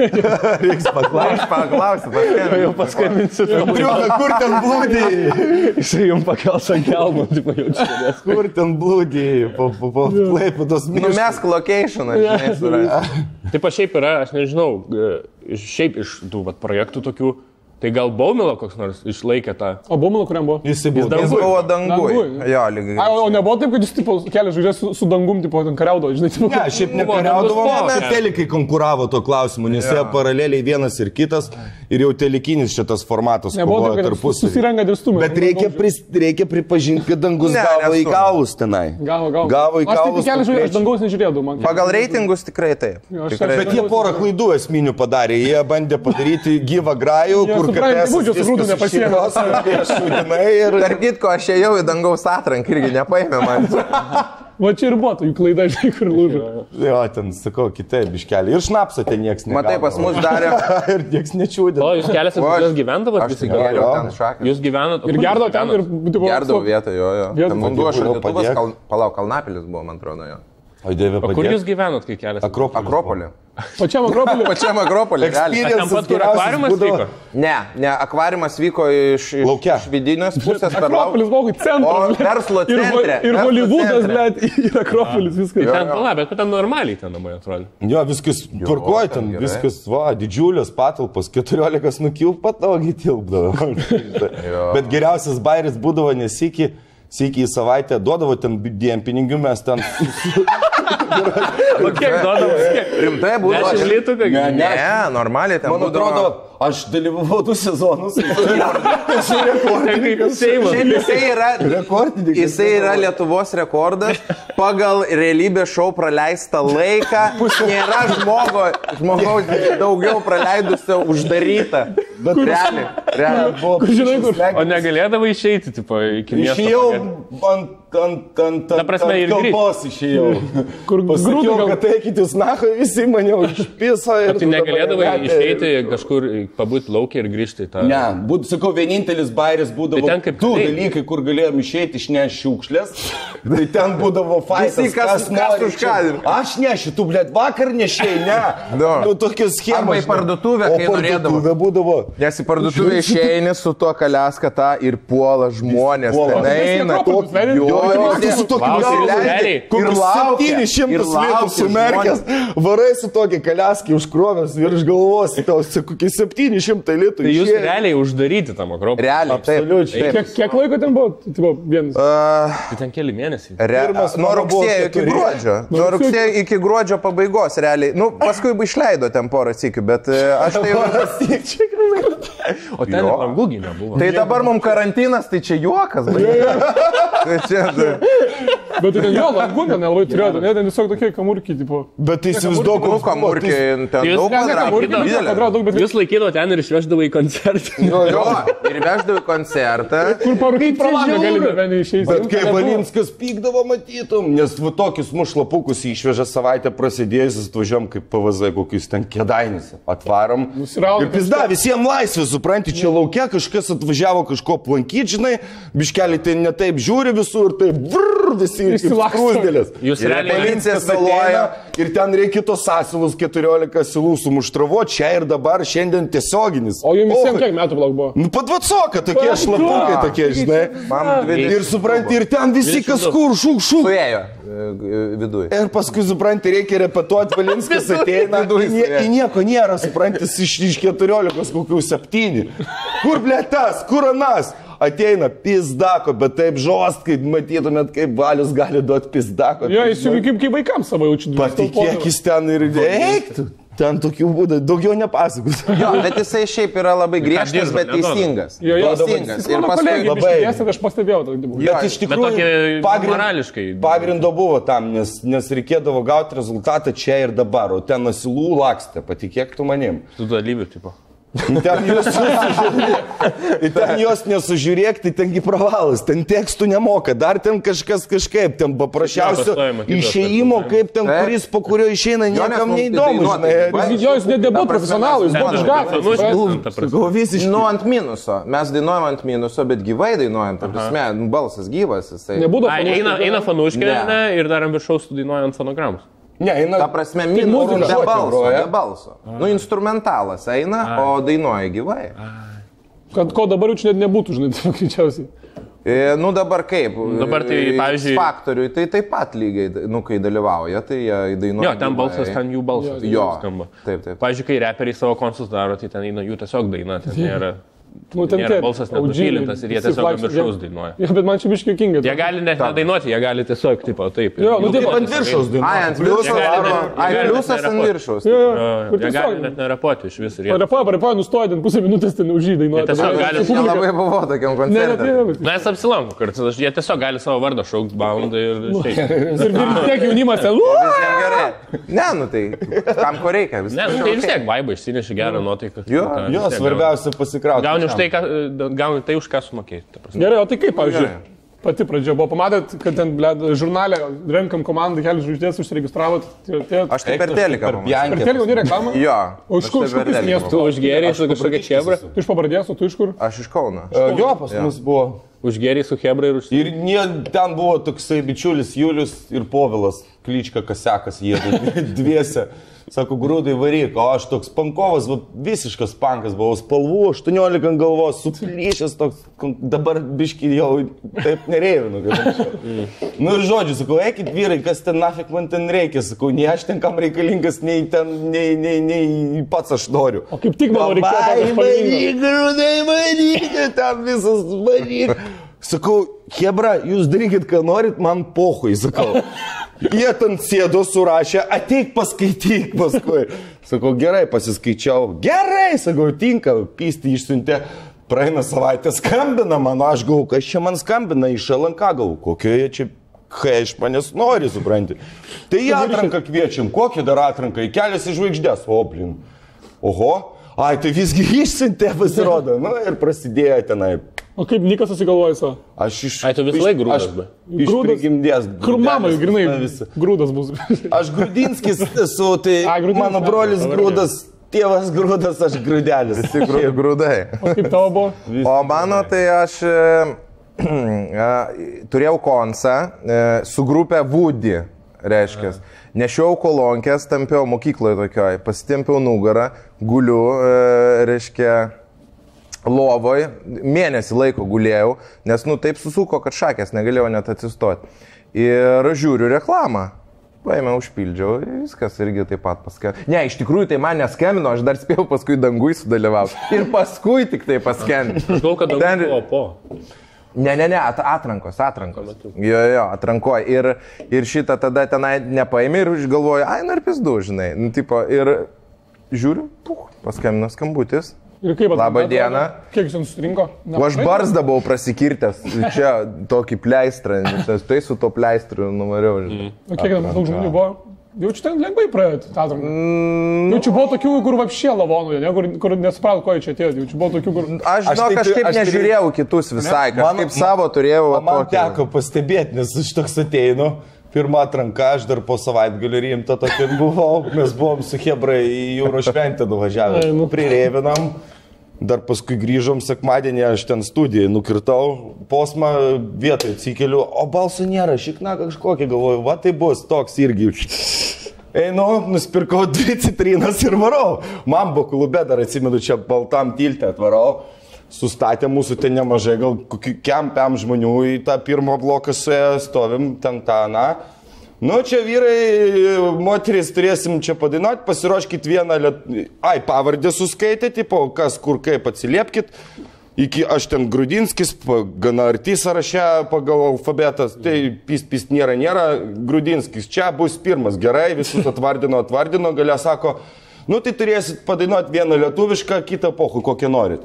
S3: Reiks paklausti.
S4: Aš paklausiu, paskambinsiu.
S5: Paskambinsiu,
S3: Briuka, kur ten blūdėjai?
S5: jisai jums pakels ant kelmo, tai pajaučiu.
S3: Kur ten blūdėjai? Po, po, po plaipados
S4: Nu, mes locationą, žinai, surasti.
S5: Taip, aš Tai šiaip yra, aš nežinau, e, iš- šiaip iš tų vat, projektų tokių, tai gal Baumilo koks nors išlaikė tą.
S1: O Bumalo, kuriam buvo?
S3: Jis buvo
S5: dar-
S4: Jis buvo dangui.
S1: Danguj.
S4: Jo, lygiai.
S1: A, o nebuvo taip, kad jis tipo, kelias žvaigždės su, su dangum, tipo, ten kariaudo, žinai, tipo,
S3: Ne, šiaip
S5: Buvo
S3: nekariaudavo,
S5: nebus
S3: bet
S5: to.
S3: telikai konkuravo to klausimu, nes jie paraleliai vienas ir kitas ir jau telikinis šitas formatas
S1: nebuvo
S3: kovojo
S1: taip, kad
S3: tarpusavį.
S1: susirenka ir stumia.
S3: Bet reikia, pris, reikia pripažinti, kad dangus
S4: Ne,
S3: ne, gavo į
S4: nesu.
S3: kaulus tenai.
S1: Gavo, gavo.
S3: Gavo
S1: Aš
S3: į
S1: tai
S3: kaulus.
S1: tik kelias žvaigždės, aš
S3: konkrečiai.
S1: dangaus nežiūrėjau, man.
S4: Pagal reitingus tikrai taip.
S1: Jo, aš
S4: Tikrai.
S1: sakau,
S3: Bet jie porą klaidų esminių padarė. Jie bandė padaryti gyvą grajų,
S1: Jie
S3: kur
S1: supranta,
S3: katės
S1: būčiau su
S3: viskas
S1: grūdu
S3: iš
S1: nepasiėmęs.
S3: šeimos, ir šūdinai, ir-
S1: <laughs>
S4: Tarp kitko, aš ėjau į dangaus atranką irgi nepaėmė man.
S1: Va čia ir buvo, tai klaida, žinai, kur lūžo.
S3: Jo, ten sakau, kitaip, biškelį. Ir šnapsą ten niekas nedarė.
S4: Matai, pas mus darė.
S3: <laughs> ir niekas nečiūdė.
S5: O, jūs kelias
S4: O,
S5: jūs
S4: aš-
S5: gyvendavot
S4: Aš tai
S5: visi
S4: tik
S5: kartu?
S4: geriau ten šaką.
S5: Jūs gyvenat.
S1: Ir gerdo ten, ir tipo,
S4: Gerdau vietą, jo, jo.
S1: Vietoj-
S4: Ten vanduo
S3: Padėk,
S4: šaldytuvas,
S3: padėk.
S4: kal... palauk, Kalnapilis buvo, man atrodo, jo.
S3: O dieve,
S5: O kur jūs gyvenat, kai kelias?
S3: Akropolis.
S4: Akropolį.
S1: Pačiam Akropoliui.
S4: Pačiam Akropolį. realiai.
S5: Ten pat, kur
S3: geriausias
S5: akvariumas
S3: būdavo-
S5: vyko?
S4: Ne, ne, akvariumas vyko iš, iš,
S3: Lauke.
S4: iš vidinės pusės per lauką.
S1: Akropolis buvo kaip centras.
S4: O
S1: blet.
S4: verslo
S1: Ir ho-
S4: centre,
S1: Ir
S4: verslo
S1: Hollywoodas,
S4: centre.
S1: bet ir Akropolis viskas.
S5: Ten pala, bet ten normaliai ten namai atrodo.
S3: Jo, viskas tvarkoja ten,
S4: gerai.
S3: viskas, va, didžiulės patalpos, 14 nukilp patogiai tilpdavo. Bet geriausias bairis būdavo nesikį, sėkiai į savaitę duodavo ten dienpinigių, mes ten
S5: O kiek
S4: <laughs>
S5: duodavot?
S4: Rimtai būdavo.
S5: Dešimt litų, ką gi?
S4: Ne, ne, normaliai ten.
S2: Man atrodo, aš dalyvavau du
S4: <laughs>
S2: sezonus.
S5: Ten kaip Seimas.
S4: Šiaip jisai <laughs> yra,
S2: Rekordininkas.
S4: jisai yra Lietuvos rekordas pagal realybės šou praleistą laiką. Nėra žmogo, žmogaus daugiau praleidusio uždarytą. Bet realiai, realiai.
S1: Kur žinai, kur?
S5: O negalėdavo išeiti, tipo, iki miesto.
S3: Išėjau
S5: pagal-
S3: ant, ant, ant,
S5: Ta
S3: ant,
S5: prasme, ir
S3: ant
S5: grįžt.
S3: kalbos išėjau.
S1: Kur grūdų
S3: Pasakiau,
S1: gal-
S3: kad eikit jūs nacho, visi mane užpiso. ir
S5: Bet tai
S3: tada
S5: negalėdavai
S3: mane metė.
S5: išeiti kažkur, pabūti laukia ir grįžti į tą.
S2: Ne, būt, sakau, vienintelis bairis būdavo
S5: Tai ten kaip
S2: du
S5: kalėjime.
S2: dalykai, kur galėjom išeiti iš
S4: <laughs>
S2: nešiukšlės. Tai ten būdavo faitas.
S4: Visi, kas- kas
S2: nori,
S4: už kadrų.
S2: čia- Aš nešiu, tu, blėt, vakar nešiai, ne.
S4: <laughs> Da.
S3: Nu, tokia
S4: Arba
S3: schema.
S4: į parduotuvę, kai norėdavo.
S3: Parduotuvė būdavo.
S4: Nes į parduotuvę išeini su tuo kaleska tą ir puola žmonės.
S3: Puola.
S4: Ten
S1: Visi
S4: eina.
S1: Akropolis,
S4: Jo,
S1: velniai.
S4: jo,
S3: Ir
S4: jo,
S3: tu su tokiu
S4: jo,
S5: visi
S4: ir leidi.
S5: realiai.
S4: Ir
S3: Kokius
S4: laukia.
S3: 700
S4: ir laukia
S3: litų sumerkęs,
S4: žmonės.
S3: varai su tokia keliaskį užkrovęs virš galvos, tau kokie 700 litų.
S5: Tai jūs
S3: išėjo.
S5: realiai uždaryti tam akropolį.
S4: Realiai, taip.
S3: Absoliučiai.
S4: taip.
S1: Kiek, kiek laiko ten buvo? Tipo, vienas.
S5: Tai ten keli mėnesiai.
S4: Re...
S3: Pirmas
S4: Nuo
S3: mano buvo
S4: rugsėjo iki
S3: keturi.
S4: gruodžio. Nuo rugsėjo iki gruodžio pabaigos, realiai. Nu, paskui išleido ten porą sikių, bet e, aš tai jau...
S5: O ten
S4: Jo.
S5: pangūgi nebuvo.
S4: Tai dabar mums karantinas, tai čia juokas, bet. Tai čia, tai-
S1: Bet tai ten jo, langų ten nelabai turėjo, ten, ten tiesiog tokie kamurkiai, tipo.
S3: Bet tai įsivaizduok,
S4: nu,
S3: koks buvo, tai
S4: kamurkė, ten
S5: Jūs
S4: daug
S5: ne, ne
S1: kamurkiai,
S4: kvadratų,
S1: bet
S4: didelė.
S1: kvadratų daug, bet
S5: Jūs laikydavo ten ir išveždavo į koncertą.
S4: Jo, ir veždavau į koncertą.
S1: kur parūkyti pro langą
S5: žiauru.
S1: galime bent išeiti.
S3: Bet kai Valinskas pykdavo, matytum, nes va tokius mušlapukus išveža savaitę prasidėjus, atvažiuom kaip PVZ, kokius ten kėdainis atvarom.
S1: Nusirauna
S3: Ir pizda, visiems laisvė, supranti, čia laukia kažkas atvažiavo kažko aplankyti, žinai, biškelį tai netaip žiūri visur, tai vrr, visi kaip
S1: Išsilaksto.
S3: skruzdėlės.
S5: Jūs
S3: Ir
S5: realiai-
S3: Valinskas
S4: Policija
S3: ateina
S4: saloja.
S3: ir ten reikia tos asilus 14 silų sumuštravo, čia ir dabar šiandien tiesioginis.
S1: O jums
S3: Och,
S1: visiems kiek metų blog buvo?
S3: Nu, padvatsoka, tokie šlapukai, tokie, žinai.
S4: Man dvi.
S3: Ir supranti, ir ten visi
S5: Dvidešimt
S3: kas
S5: du.
S3: kur, šūk, šūk.
S4: Suėjo e, viduje.
S3: Ir paskui, supranti, reikia repetuoti, Valinskas ateina,
S4: viduj
S3: į nie,
S4: stovėjo.
S3: į nieko nėra, supranti, iš, iš 14 kokių 7. Kur blėtas, kur anas? Ateina pizdako, bet taip žost, kaip matytumėt, kaip valius gali duoti pizdako.
S1: Jo, jis jau kaip, kaip vaikams savo jaučiu.
S3: Patikėk, jis ten ir veiktų. Ten tokių būdų, daugiau nepasakosiu.
S4: Jo, bet jisai šiaip yra labai griežtas,
S5: dirba,
S4: bet
S5: neduoda.
S4: teisingas.
S1: Jo, jo,
S4: teisingas.
S1: Ir
S4: Ir
S1: paskui
S4: paskui...
S3: labai-
S1: labai. Esate, aš pastebėjau, tai buvo.
S4: Jo,
S3: Bet iš
S5: Bet
S3: tikrųjų,
S5: tokie
S3: pagrind-
S5: morališkai.
S3: pagrindo buvo tam, nes, nes reikėdavo gauti rezultatą čia ir dabar, o ten asilų lakstė, patikėk tu manim.
S5: Tų dalyvių, tipo.
S3: Ten jos, nesužiūrėk- ten jos nesužiūrėk, tai tengi pravalas, ten tekstų nemoka, dar ten kažkas kažkaip, ten paprasčiausio
S5: pastojimo kitas,
S3: išėjimo, kaip ten
S4: Taip.
S3: kuris, po kurio išeina, niekam
S4: mums
S3: neįdomu.
S4: dainuot,
S3: žinai.
S4: dainuot.
S1: Jo, jis nedebu
S4: Ta prasme,
S1: profesionalai, jis
S4: mes-
S1: buvo iš gatvės.
S5: Nu,
S1: supranti?
S5: ten, ta prasme.
S4: Nu, ant minuso. Mes dainuojam ant minuso, bet gyvai dainuojam. Ta prasme, nu, balsas gyvas jisai.
S1: Nebūdavo.
S5: Ai, Eina, eina fanuškė
S4: Ne.
S5: ne, ir dar ambišau studijuoja ant fonogramos.
S3: Ne, eina.
S4: Ta
S5: Tai
S4: prasme, minus
S3: muzika.
S4: be balso.
S3: Groja.
S4: Be balso. Nu, instrumentalas eina, o dainuoja gyvai.
S1: Kad ko dabar jau čia net nebūtų, žinai, <laughs> tai greičiausiai.
S4: E, nu dabar kaip?
S5: Dabar tai,
S4: E,
S5: pavyzdžiui-
S4: Faktoriui tai taip pat lygiai, nu, kai dalyvauja, tai jie dainuoja.
S5: Jo, ten balsas, ten jų balsas.
S4: Jo, jo.
S5: skamba.
S4: Taip, taip.
S5: Pavyzdžiui, kai reperiai savo konsus daro, tai ten eina jų tiesiog daina. Ten nėra,
S1: Nu, ten
S5: nėra
S1: tie
S5: balsas
S1: OG
S5: nenupilintas ir jie
S1: visi
S5: tiesiog
S1: vaikšto-
S5: viršaus dainuoja.
S1: Jo, bet man čia biškiai kinga.
S5: Jie gali net nedainuoti, jie gali tiesiog, tipo, taip.
S1: Jo, nu,
S5: Jų
S1: tipo,
S5: balsas
S1: ant
S3: viršaus dainuoja.
S4: Ai, ant
S3: Pliusas
S4: viršaus.
S5: gali-
S4: daro-
S5: jie
S4: Ai,
S5: gali
S4: pliusas
S5: net
S4: ant
S5: nerapoti.
S4: viršaus.
S1: Jo, jo,
S5: Jo, jo,
S1: kur
S5: Jie gali
S1: tiesiog.
S5: net nerapoti iš vis. ir jie-
S1: Parepoja, parepoja, nustoja, ten pusę minutės ten užžydai dainuoja.
S5: Jie tiesiog
S1: Ta prasme,
S5: gali- nu
S1: publika-
S4: Nelabai buvo tokiam
S1: Ne, ne, tai-
S4: koncertui.
S1: ne, ne.
S5: Na, jis apsilanko kartais, aš- jie tiesiog gali savo vardą šaukti, boundai ir šiaip.
S1: Ir
S4: <laughs>
S1: vis tiek jaunimas ten. "Uaa!"
S4: Visiem gerai. Ne, nu tai tam, ko reikia. Viskas
S5: Ne, nu, tai
S4: okei.
S5: vis tiek vaiba išsineši gerą nuotaiką.
S4: Jo,
S5: Ten
S3: Jo,
S5: vis tiek gauni-
S3: svarbiausia pasikrauti.
S5: Gauni tai, už tai, ką, gauni tai, už ką sumokėjai. ta prasme.
S1: Gerai, o tai kaip, pavyzdžiui,
S4: Gerai.
S1: Pati pradžia buvo, pamatėt, kad ten, bled, žurnalė, renkam komandą, kelias žvaigždės, užsiregistravot. tie- tie-
S4: Aš tai per teliką. pamačiau.
S1: Per telegaudį reklamą?
S4: Jo,
S1: O iš
S4: aš
S1: kur,
S4: tai
S1: iš kokius
S4: verteliką
S1: miestų?
S5: Tu užgėrėjai su kažkokia čebra,
S1: Tu iš pabradės, o tu iš kur?
S4: Aš iš Kauno.
S3: Jo, pas mus buvo.
S5: užgėrėjai su Hebra ir už...
S3: Ir nie, ten buvo toksai bičiulis Julius ir Povilas, klyčka kasekas jie du- <laughs> dviese. Sako, grūdai varyk, o aš toks pankovas, va, visiškas pankas buvau, spalvų, 18 ant galvos, suplyšęs toks, kon- dabar biški jau taip nereivinu. kaip anksčiau. Nu ir žodžiu, sakau, eikit vyrai, kas ten nafik man ten reikia, sakau, nei aš ten kam reikalingas, nei ten, nei, nei, nei pats aš noriu.
S1: O kaip tik man reikėjo tokio
S3: Davai,
S1: spalvingo.
S3: varyk, grūdai, varyk, ten visas varyk. Sakau, Hebra, jūs darykit, ką norit, man pohui, sakau. Jie ten sėdo surašė, ateik paskaityk paskui. Sakau, gerai, pasiskaičiau. Gerai, sakau, tinka, pysti išsiuntė. Praeina savaitė skambina man, aš gau, kas čia man skambina iš LNK gau, kokioje čia, kai iš manęs nori, supranti. Tai į atranką kviečiam, kokią dar atranką, į kelias į žvaigždės, o blin. Oho, ai, tai visgi <laughs> išsintė pasirodo. Na ir prasidėjo tenai.
S1: O kaip Nikas susigalvoja savo?
S3: Aš iš...
S5: Ai, tu visą
S3: iš-
S5: laiką grūdas,
S3: aš-
S5: be.
S3: Iš
S1: Grūdas.
S3: prigimdės.
S1: Kur mama,
S3: grūdelis,
S1: grinai,
S3: na, visi.
S1: grūdas bus. <laughs>
S3: Aš Grūdinskis esu, tai
S1: A, Grūdinskis,
S3: mano
S1: ne,
S3: brolis
S5: pavardė.
S3: grūdas, tėvas grūdas, aš grūdelis.
S4: Visi grū- grūdai.
S1: Kaip tavo buvo?
S4: O mano tai aš e, <clears throat> e, turėjau konsą e, su grupė Woody, reiškia. Nešiau kolonkės, tampiau mokykloje tokioj, pasitempiau nugarą, guliu, e, reiškia, lovoj, mėnesį laiko gulėjau, nes, nu, taip susuko, kad šakės negalėjau net atsistoti. Ir žiūriu reklamą. Paėmiau, užpildžiau ir viskas irgi taip pat paskambino. Ne, iš tikrųjų tai man neskambino, aš dar spėjau paskui dangui sudalyvauti. Ir paskui tik tai paskambino.
S5: Žinau, kad daug
S4: Ten-
S5: buvo po.
S4: Ne, ne, ne, at, atrankos, atrankos. Jo, jo, atrankoje. Ir, ir šitą tada tenai nepaėmė ir už- galvoju, ai, nu ir pizdu, žinai. Nu, tipo, ir žiūriu, puh, paskambino skambutis.
S1: Ir kaip
S4: Labą
S1: atrodo?
S4: dieną.
S1: Kiek jūs ten susirinko?
S4: O aš
S1: Nemažai?
S4: barzdą buvau prasikirtęs, čia tokį pleistrą, nes tai su to pleistriu numariau.
S3: Mhm.
S4: žinai.
S1: O kiek ten daug žmonių buvo? Jaučiu ten lengvai praėjot tą atranką.
S3: Mm,
S1: Jaučiu buvo
S3: nu.
S1: tokių, kur apšė lavonų, ne, kur, kur nesuprato, ko jie čia atėjo. Jaučiu buvo tokių, kur...
S4: Aš,
S3: Aš
S4: žinok,
S3: tai tu-
S4: kažkaip
S3: aš tai-
S4: nežiūrėjau kitus visai,
S3: Ne, man-
S4: kažkaip savo turėjau.
S3: O
S4: va
S3: man
S4: tokį.
S3: teko pastebėti, nes aš toks ateinu. Pirmą atranką aš dar po savaitgalių rimta tokia <laughs> buvau. Mes buvom su Hebra į jūro šventę nuvažiavę.
S1: Ai, nu.
S3: Prirėvinam. Dar paskui grįžom sekmadienį, aš ten studijai nukirtau, posmą vietoj atsikeliu, o balsų nėra, šikna kažkokia, galvoju, va tai bus toks irgi. Einu, nusipirkau <laughs> dvi citrinas ir varau. Mambo klube dar atsimenu, čia baltam tiltę atvarau. Sustatė mūsų ten nemažai, gal kokiu kempiam žmonių į tą pirmą bloką su ja stovim, ten tą, na. Nu, čia vyrai, moteris turėsim čia padainuoti, pasiruoškit vieną, liet... ai, pavardę suskaitėte, po kas kur kaip atsiliepkit. Iki aš ten Grudinskis, pa- gana arti sąraše pagal alfabetas, tai pys pys nėra, nėra, Grudinskis čia bus pirmas, gerai, visus atvardino, atvardino, galia sako, nu tai turėsit padainuoti vieną lietuvišką, kitą pohu, kokią norit.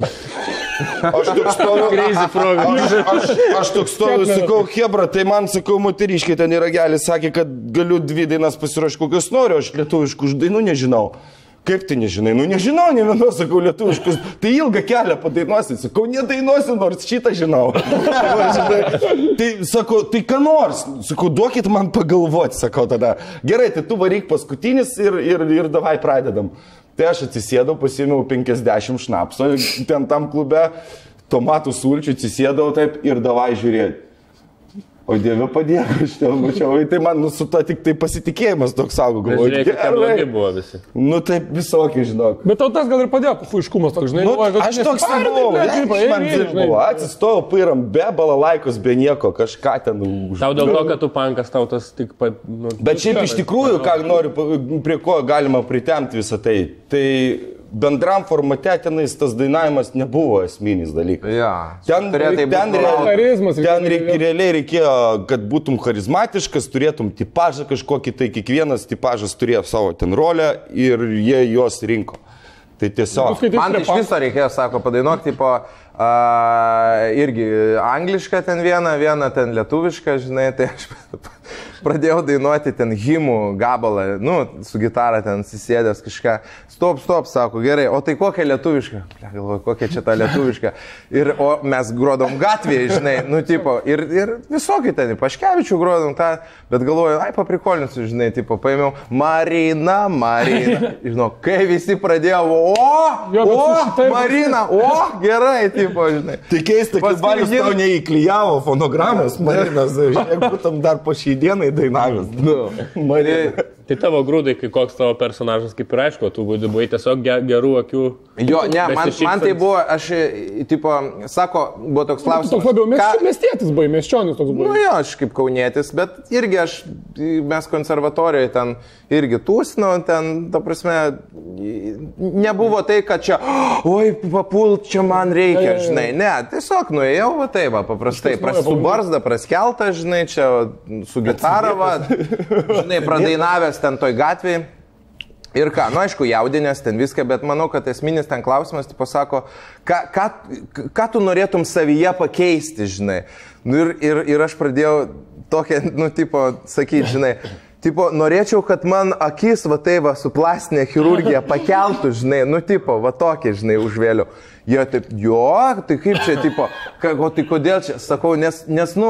S3: Aš tik stoviu,
S5: Crazy frog.
S3: Aš, aš, aš toks stoviu, sakau, Hebra, tai man, sakau, moteriškai ten yra gelis, sakė, kad galiu dvi dainas pasirašyti, kokius noriu, aš lietuviškų dainų nežinau. Kaip tai nežinai? Nu nežinau, ne vienos, sakau, lietuviškus. Tai ilgą kelią padainuosi, sakau, nedainuosi, nors šitą žinau. <laughs> Va, žinai. tai sakau, tai ką nors, sakau, duokit man pagalvoti, sakau tada. Gerai, tai tu varyk paskutinis ir, ir, ir davai pradedam. Tai aš atsisėdau, pasiėmiau 50 šnapso ten tam klube, tomatų sulčių atsisėdau taip ir davai žiūrėti. O Dieve padėk, aš ten mačiau, tai man nu, su to tik tai pasitikėjimas toks augo, galvoju.
S5: Žiūrėk, kokie blogi
S3: gerai.
S5: buvo visi.
S3: Nu taip visokiai, žinok.
S1: Bet tau tas gal ir padėjo, fuiškumas toks, žinai.
S3: Nu,
S1: galvoju, kad
S3: aš
S1: tu
S3: toks
S1: nesispardai,
S3: nebuvau,
S1: blet,
S3: leidžiu,
S1: tipo,
S3: man
S1: eini, žinai. Nu,
S3: dirbau, atsistojau, pairam, be balalaikos, be nieko, kažką ten už.
S5: Tau dėl
S4: Nu.
S5: to, kad tu pankas, tau tas tik... Pa, nu,
S3: Bet šiaip iš tikrųjų, ką noriu, pa- prie ko galima pritemti visą tai, tai bendram formate tenais tas dainavimas nebuvo esminis dalykas.
S4: Jo.
S3: Ten,
S4: Turėjo tai
S3: ten,
S4: būt
S3: ten,
S4: moralo.
S1: Charizmas,
S3: ten reik, realiai reikėjo, kad būtum charizmatiškas, turėtum tipažą kažkokį, tai kiekvienas tipažas turėjo savo ten rolę ir jie juos rinko. Tai
S1: Tu
S3: tiesiog.
S1: skaitai
S4: Man iš
S1: strepą.
S4: viso reikėjo, sako, padainuok, tipo, a, irgi anglišką ten vieną, vieną ten lietuvišką, žinai, tai aš <laughs> pradėjau dainuoti ten himų gabalą, nu, su gitara ten susėdęs kažką. Stop, stop, sako, gerai, o tai kokia lietuviška? Ble, Galvoju, kokia čia ta lietuviška. Ir o, mes grodom gatvėje, žinai, nu, tipo, ir, ir visokių ten, paškevičių grodom tą, bet galvoju, ai, paprikolinsiu, žinai, tipo, paėmiau Marina, Marina. Žinau, kai visi pradėjo, o,
S1: Jo, bet
S4: o,
S1: su šitai-
S4: Marina, o, gerai, tipo, žinai.
S3: Tai keista, kad
S4: Paskui
S3: Valius
S4: jie-
S3: tau neįklyjavo fonogramos, Marinas, <laughs> jeigu tam dar po šį dieną dainavęs.
S4: Nu, Marina.
S5: Tai tavo grūdai, kai koks tavo personažas, kaip ir aišku, tu būdi buvai tiesiog ge- gerų akių.
S4: Jo, ne, man, man tai
S5: Besišypsantis.
S4: buvo, aš, e, tipo, sako, buvo toks
S1: Nu, Tu
S4: klausimas.
S1: toks labiau
S4: ką-
S1: miestietis, miestietis buvai, miesčionis toks
S4: Nu
S1: buvai.
S4: jo, aš kaip kaunietis, bet irgi aš, i, mes konservatorijoje ten irgi tūsino, ten, ta prasme, i, nebuvo tai, kad čia, oi, papult, čia man reikia, žinai, ne, tiesiog nuėjau, va taip, va, paprastai,
S1: Išvis
S4: pras,
S1: naujo
S4: su
S1: pabandyti.
S4: barzda praskeltą, žinai, čia va, su gitara, va, žinai, pradainavęs ten toj gatvėje. Ir ką, nu aišku, jaudinės ten viską, bet manau, kad esminis ten klausimas, tu pasako, ką, ką, ką tu norėtum savyje pakeisti, žinai. Nu, ir, ir, ir aš pradėjau tokią, nu, tipo, sakyti, žinai, tipo, norėčiau, kad man akis, va tai, va, su plastinė chirurgija pakeltų, žinai, nu, tipo, va tokį, žinai, užvėliau. Jo, taip, jo, tai kaip čia, tipo, ka, o tai kodėl čia, sakau, nes, nes, nu,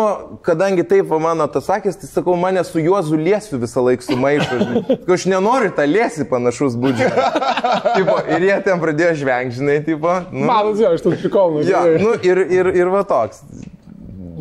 S4: kadangi taip va mano tas akis, tai sakau, mane su juozu liesiu visą laiką sumaišo. žinai. Sakau, Aš nenoriu tą liesi panašus būdžiai. tipo, ir jie ten pradėjo žvengžinai, tipo. Nu,
S1: Matas, jo, aš tu prikaunu.
S4: jo, nu, ir, ir, ir va toks.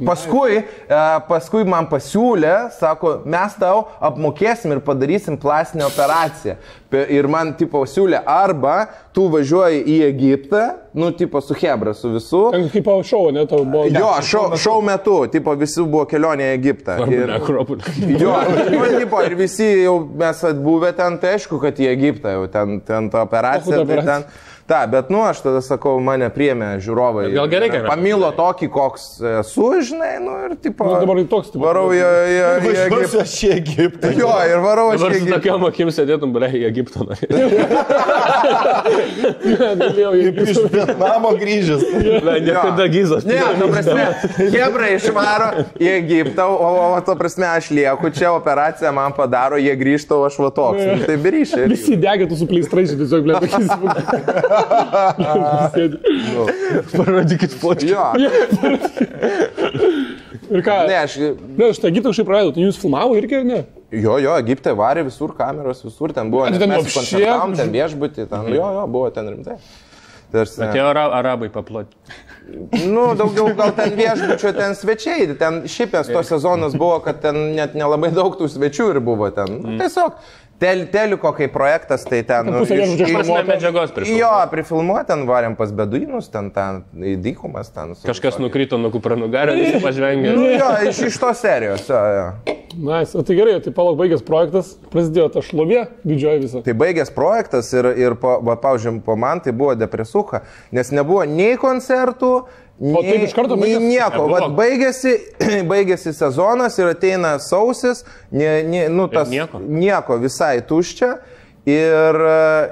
S4: Paskui, e, paskui man pasiūlė, sako, mes tau apmokėsim ir padarysim plastinę operaciją. Pe- Ir man tipo siūlė, arba tu važiuoji į Egiptą, nu, tipo su Hebra, su visu.
S1: Ten kaip po šau, ne, tau buvo.
S4: Jo, šau, šau metu, tipo visi buvo kelionė į Egiptą.
S5: Ir
S4: Ir, <laughs>
S5: akropulį.
S4: jo, nu, tipo, ir visi jau mes atbuvę ten, tai aišku, kad į Egiptą jau ten, ten ta operacija.
S1: O, kur ta
S4: Tai ten, ta, bet nu aš tada sakau, mane priemė žiūrovai.
S5: Gal gerai, kad yra.
S4: Pamilo tokį, koks esu, žinai, nu ir tipo.
S1: Nu, dabar toks, tipo,
S4: Varau į, į,
S3: Tai
S4: į Egiptą.
S3: Važiuosiu aš į Egiptą.
S4: Jo, ir varau aš
S5: Dabar
S4: į
S5: su
S4: Egiptą.
S5: tokiam akim sėdėtum, ble, į Egiptą. norėjai.
S1: <laughs> Galėjau jį
S3: Iš Vietnamo grįžęs.
S5: Ble, niekada gizas.
S4: Ne, ta prasme, Hebra išvaro į Egiptą, o, o, o ta prasme, aš lieku čia, operaciją man padaro, jie grįžta, o aš va toks. Nu, Tai beryšiai.
S1: Visi degėtų su pleistrais, tiesiog, ble,
S4: <laughs>
S1: pakeisim.
S5: Parodykit fočių.
S4: Jo,
S1: Ir ką?
S4: ne, aš.
S1: Ne, aš tą gitą kažkaip pradėjau, tai jūs filmavo irgi, ar ne?
S4: Jo, jo, Egipte varė visur, kameros visur ten buvo.
S1: Ar
S4: nes
S1: ten
S4: Mes
S1: apšie-
S4: koncertavom ten viešbutį, ten, jo, jo, buvo ten rimtai. Tarsi,
S5: Tie ara, arabai paploti.
S4: nu, daugiau gal ten viešbučio, ten svečiai, ten šiaip nes tos sezonas buvo, kad ten net nelabai daug tų svečių ir buvo ten. Nu, tiesiog tel, teliko kaip projektas, tai ten... Nu,
S1: Pusė viešbučio
S4: iš-
S1: išnuomota.
S5: Prasme, medžiagos prieš.
S4: Jo, prifilmuot ten varėm pas beduinus, ten, ten į dykumas, ten. su- Nu,
S5: Kažkas nukrito nuo kupranugario, jis pažvengė.
S4: Jo, iš, iš tos serijos, jo, jo.
S1: Na, nice. O tai gerai, tai palauk, baigęs projektas, prasidėjo ta šlovė, didžioji visa.
S4: Tai baigęs projektas ir, ir po, va, pavyzdžiui, po man tai buvo depresuha, nes nebuvo nei koncertų, nei,
S1: taip iš karto
S4: nei
S1: baigės?
S4: nieko.
S5: Nebuvo.
S4: Vat baigėsi, <clears throat> baigėsi sezonas ir ateina sausis, ne, ne, nu, tas,
S5: nieko.
S4: nieko visai tuščia. Ir,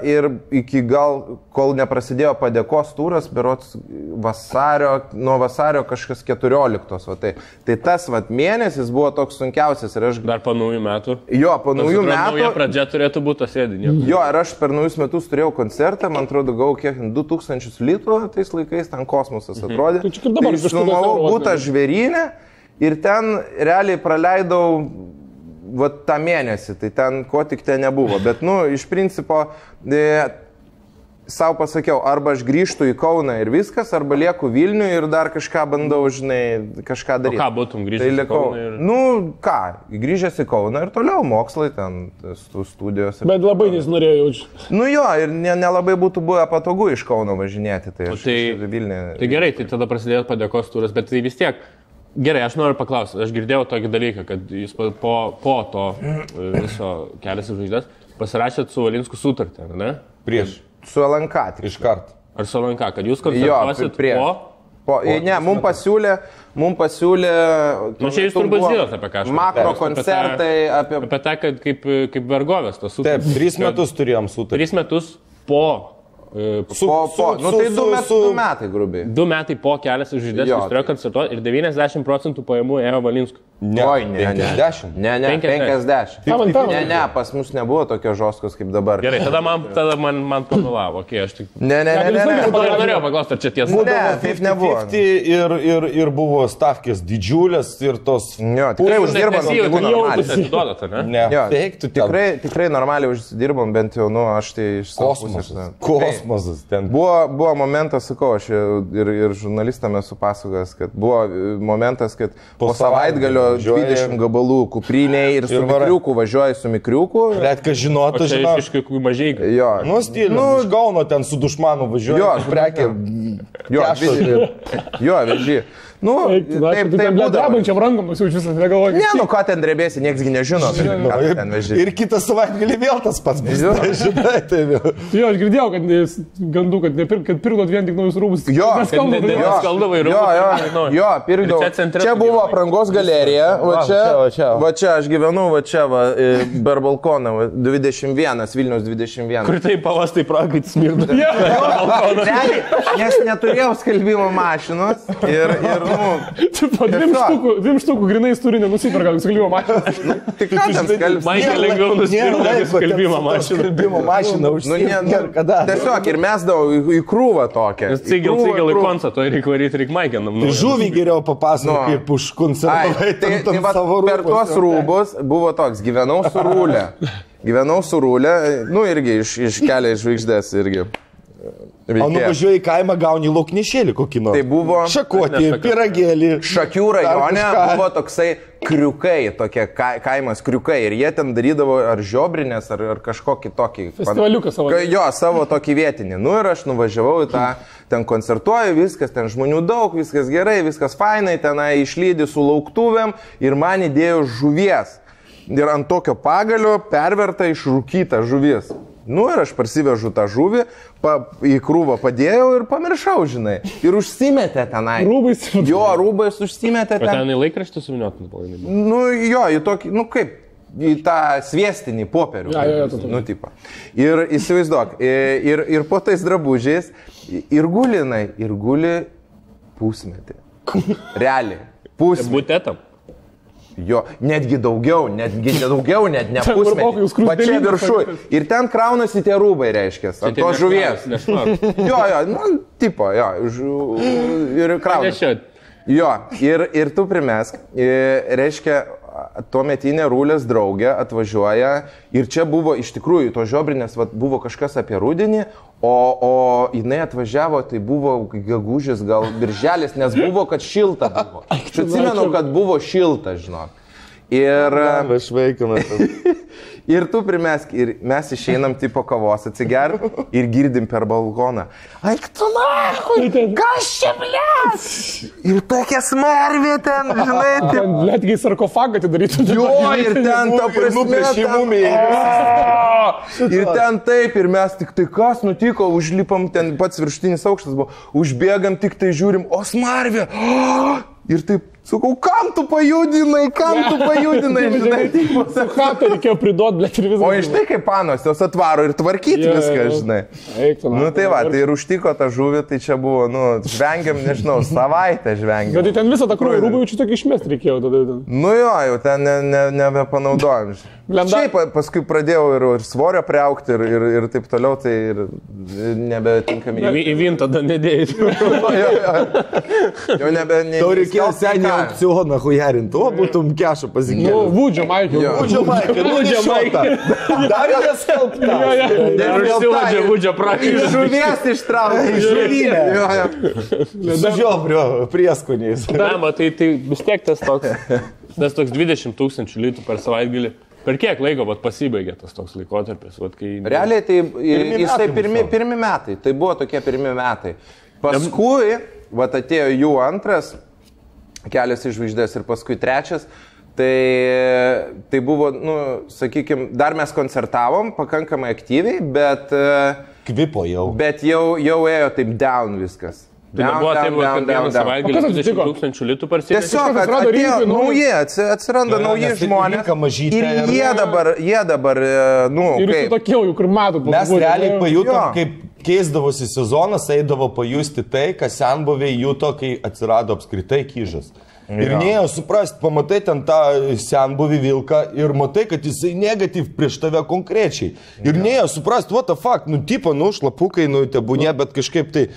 S4: ir iki gal, kol neprasidėjo padėkos turas, berots vasario, nuo vasario kažkas 14. Va, tai, tai tas vat, mėnesis buvo toks sunkiausias ir aš...
S5: Dar po naujų metų.
S4: Jo, po naujų
S5: Atrodo, Nauja
S4: metų
S5: pradžia turėtų būti tas sėdinė.
S4: Jo, ir aš per naujus metus turėjau koncertą, man atrodo, gavau kiek ten 2000 litų, tais laikais ten kosmosas
S5: Mhm.
S4: atrodė.
S1: Tai čia kaip dabar, virš
S4: Išnuomavau
S1: tūkstančio eurų
S4: būtą
S1: vos
S4: žvėrynę ir ten realiai praleidau vat, tą mėnesį, tai ten ko tik ten nebuvo. Bet, nu, iš principo, e, savo pasakiau, arba aš grįžtu į Kauną ir viskas, arba lieku Vilniui ir dar kažką bandau, žinai, kažką daryti.
S5: ką būtum grįžęs
S4: Tai
S5: į
S4: likau.
S5: Kauną ir-
S4: Nu, ką, grįžęs į Kauną ir toliau mokslai ten, stu- studijos. Ir...
S1: Bet labai nesinorėjau jaučiu.
S4: Nu jo, ir ne- nelabai būtų buvę patogu iš Kauno važinėti, tai aš,
S5: tai-
S4: aš Vilniuje.
S5: Tai gerai, tai tada prasidėjo padėkos turas, bet tai vis tiek. Gerai, aš noriu paklausti, aš girdėjau tokį dalyką, kad jūs po, po- po to e, viso kelias į žvaigždės pasirašėt su Valinsku sutartį, ar ne?
S3: Prieš.
S4: Su LNK. tik.
S3: Iš karto.
S5: Ar su Lanka, kad jūs
S4: Jo,
S5: koncertuosit
S4: prie.
S5: po...
S4: Po, ne, mums pasiūlė, mums pasiūlė...
S5: Nu, čia jūs
S4: tuo metu
S5: turbūt
S4: buvo
S5: žinot, apie ką aš kalbu.
S4: Makro
S5: Apie tą-
S4: koncertai, apie...
S5: Apie tą, kad kaip, kaip vergovės tos
S3: Taip,
S5: sutartys.
S3: tris metus turėjom sutartį.
S5: Tris metus po... e,
S3: Su,
S4: Po, po, nu tai du met- du metai grubiai.
S5: Du metai po kelias į žvaigždės
S4: Jo, tai-
S5: jis turėjo koncertuoti ir 90 procentų pajamų ėjo Valinskui.
S3: Ne,
S4: Oi, ne, ne.
S3: 50.
S4: Ne, ne,
S5: 50.
S1: 50.
S4: 50. Ne, ne, pas mus nebuvo tokios žostkos kaip dabar.
S5: Gerai, tada man, tada man, man pavėlavo, kai aš tik...
S4: Ne, ne, ne, ne. ne.
S1: Būdavo-
S5: Aš norėjau paklausti, ar čia tiesa.
S4: Ne,
S3: nu,
S4: taip nebuvo. nu.
S3: 50 ir, ir, ir buvo stavkės didžiulės ir tos...
S4: Jo, tikrai uždirbam,
S5: Jau
S4: pinigų normaliai.
S5: atiduodat, ne?
S3: Ne,
S4: Jo,
S3: teiktų ten.
S4: tikrai, tikrai normaliai uždirbam, bent jau, nu, aš tai iš savo pusės,
S3: Kosmosas.
S4: ne.
S3: Kosmosas ten.
S4: Buvo, buvo momentas, sakau, aš ir, ir žurnalistam esu pasakojęs, kad buvo e, momentas, kad po, po
S3: savaitgalio
S4: savaitgalio
S3: važiuoji-
S4: 20 gabalų kupriniai ir su
S3: Ir varai.
S4: mikriuku važiuoju su mikriuku.
S3: Bet, kad žinotų,
S5: Čia
S3: žinau.
S5: iš kokių mažai.
S4: Jo,
S3: Nu, stilius. Nu, gauno ten su dušmanu važiuoju.
S4: Jo,
S3: prekė.
S4: jo,
S3: Tešos
S4: veži. Jo, veži. Nu,
S1: Eik, tu,
S4: taip,
S1: aišku, tu
S4: taip
S1: ten
S4: būdavo.
S1: blebančiam rankom, jūs visą negalvojate.
S4: Ne, nu ką ten drebėsi, nieksgi nežino. tai
S1: Žinoma,
S4: ką tu ten veži.
S3: Ir kitą savaitgalį vėl tas pats bus.
S4: Jo.
S3: Tai, Žinai, tai vėl.
S1: Jo, aš girdėjau, kad jis- gandų, kad, nepirk, kad pirkot vien tik naujus rūbus.
S4: Jo,
S1: mes
S4: kad
S1: kalbame.
S5: ne- ne-
S1: Jo,
S5: Mes skaldavo į rūbus,
S4: Jo,
S5: tai
S4: jo,
S5: nežinau.
S4: jo pirkdavo.
S5: Ir čia centre
S4: Čia
S5: tu
S4: buvo
S5: gyvenai.
S4: aprangos galerija, va
S3: Va,
S4: čia,
S3: čia, va čia.
S4: va čia aš gyvenu, va čia, va, e, per balkoną, va, 21, Vilnius 21.
S5: Kur tai pavastai prakaitis <laughs> smirda.
S4: Realiai, nes neturėjau skalbimo mašinos ir, ir nu,
S1: <laughs> tipo, dviem
S4: Tiesa.
S1: štukų, dviem štukų grinais turi nenusipirka, kad skalbimo
S4: <laughs>
S1: mašinas.
S4: tik ką ten skalbimo.
S5: Maišė lengviau nusipirkti skalbimo mašiną.
S3: Skalbimo mašina
S4: Nu, ne,
S3: užsienio.
S4: nu, tiesiog ir mes daug į, į krūvą tokią.
S5: Nes tai gal tai gal į koncertą reikia varyti, reikia maikinam.
S3: Žuvį geriau papasakok,
S4: Nu.
S3: kaip
S4: Ai,
S3: užkonservavai
S4: tai,
S3: ten
S4: tai
S3: tam
S4: va,
S3: savo
S4: per tuos rūbus buvo toks, gyvenau su rūlė. Gyvenau su rūlė, nu irgi iš, iš kelią žvaigždės irgi.
S3: O
S4: veikėja.
S3: nuvažiuoji į kaimą, gauni lauknišėlį kokį nors.
S4: Tai buvo-
S3: Šakoti, piragėlį.
S4: Šakių rajone buvo toksai kriukai, tokie ka, kaimas kriukai ir jie ten darydavo ar žiobrinės, ar, ar kažkokį tokį. pan-
S1: Festivaliuką savo.
S4: Ka- Jo, savo tokį vietinį. Nu ir aš nuvažiavau į tą, ten koncertuoju, viskas, ten žmonių daug, viskas gerai, viskas fainai, tenai išlydi su lauktuvėm ir man įdėjo žuvies. Ir ant tokio pagalio perverta išrūkyta žuvis. Nu ir aš parsivežu tą žuvį, pa, į krūvą padėjau ir pamiršau, žinai. Ir užsimetė tenai.
S1: Rūbais.
S4: Jo, rūbais užsimetė
S5: Bet
S4: ten.
S5: ten į laikraštį suviniotinį pavadinimą.
S4: Nu, jo, į tokį, nu kaip, į tą sviestinį popierių.
S1: Jo, jo, jo, to- to-
S4: nu, tipo. Ir įsivaizduok, i- ir, ir po tais drabužiais, i- ir gulinai, ir guli pusmetį. Realiai. Pusmetį.
S5: Būtetam.
S4: Jo, netgi daugiau, netgi ne daugiau, net ne
S1: Ten varpokai
S4: pusmetį.
S1: jūs skruzdėlynas
S4: Pačia viršuje. Ir ten kraunasi tie rūbai, reiškia, ant to žuvies.
S5: Nešvaru.
S4: Jo, jo, nu, tipo, jo, žu, ir kraunasi.
S5: Nešvaru.
S4: Jo, ir, ir tu primesk. Ir, reiškia, tuo metinė rūlės draugė atvažiuoja ir čia buvo iš tikrųjų to žiobrinės, vat, buvo kažkas apie rudenį, o, o jinai atvažiavo, tai buvo gegužės, gal birželis, nes buvo, kad šilta buvo. Aš atsimenu, kad buvo šilta, žinok. Ir...
S3: Aš
S4: <laughs>
S3: vaikinu.
S4: Tai Ir tu primesk, ir mes išeinam tipo kavos atsiger ir girdim per balkoną. Aik tu nahui, kas čia blės? Ir tokia smarvė ten, žinai, ten.
S1: Netgi sarkofagą atidarytų.
S4: Jo, ir ten ta prasme.
S3: nupiešė
S4: ten-
S3: mumiją.
S4: O, <laughs> Ir ten taip, ir mes tik tai kas nutiko, užlipam ten pats viršutinis aukštas buvo, užbėgam tik tai žiūrim, o smarvė. O, <gasps> ir taip, sakau, kam tu pajudinai, kam tu
S1: <laughs>
S4: pajudinai, žinai, tipo, sakau.
S1: Ką tai reikėjo pridot, bet ir visą.
S4: O iš tai kaip panos, jos atvaro ir tvarkyti
S1: Jo,
S4: yeah.
S1: jo,
S4: viską,
S1: jo.
S4: žinai.
S1: Eik tu, na.
S4: Nu tai va, tai ir užtiko tą žuvį, tai čia buvo, nu, žvengiam,
S1: <laughs>
S4: nežinau, savaitę
S1: Bet tai
S4: žvengiam.
S1: ten visą tą krūvą rūbų čia tokį išmest reikėjo tada. ten.
S4: Nu jo, jau ten ne- ne- nebepanaudojam. Ne
S1: Blemba.
S4: Šiaip pa- paskui pradėjau ir, ir svorio priaukti ir, ir, ir taip toliau, tai ir ir nebetinkami.
S5: Į į vin tada nedėjai.
S4: <laughs> Jo, jo, jo. Jau nebe... Ne,
S3: Tau reikėjo
S4: tai
S3: seniai aukcioną hujarinti, o būtum kešą
S1: Nu,
S3: pasikėlęs.
S1: Vudžio, Maikio.
S4: Jo.
S3: Būdžio maikai, būdžio maikai. <laughs> Dar neskelbta.
S1: Jo, jo.
S5: <laughs> Ir užsiuodžia būdžio
S4: <laughs>
S5: prakaitis.
S4: Žuvies ištraukti, žuvinę. Jo, jo.
S3: Žiobrio prieskoniais.
S5: Ne, matai, tai vis tiek tas toks, tas toks 20 tūkstančių litų per savaitgalį. Per kiek laiko vat, pasibaigė tas toks laikotarpis? Vat, kai...
S4: Realiai tai pirmi
S3: metai
S4: jisai
S3: bus
S4: pirmi,
S3: tavo.
S4: pirmi metai, tai buvo tokie pirmi metai. Paskui, va atėjo jų antras, kelias iš žvaigždės ir paskui trečias, tai, tai buvo, nu, sakykime, dar mes koncertavom pakankamai aktyviai, bet, e,
S3: Kvipo jau.
S4: bet jau, jau ėjo taip down viskas.
S5: Tai nebuvo taip, vat, kad vieną
S1: O
S5: savaitgalį
S1: kas
S5: 20
S1: atsitiko?
S5: tūkstančių litų per
S4: Tiesiog
S1: kažkas atsirado
S4: atsirado
S1: rinkoj nauji.
S4: nauji, atsi- atsiranda
S3: Jo, jo,
S4: nauji
S3: nu. nes
S4: žmonės.
S3: rinka mažytė
S4: Ir
S3: ir-
S4: jie dabar, jie dabar, e, nu,
S1: Ir jūs
S4: kaip.
S1: tokie jau, kur matot,
S3: Mes realiai pajutom,
S4: Jo.
S3: kaip keisdavosi sezonas, eidavo pajusti tai, ką senbuviai juto, kai atsirado apskritai kyžas. Ir neėjo suprasti, pamatai ten tą senbuvį vilką ir matai, kad jisai negatyv prieš tave konkrečiai. Ir neėjo suprasti, what the fuck, nu tipo, nu šlapukai, nu tebūnė, bet kažkaip tai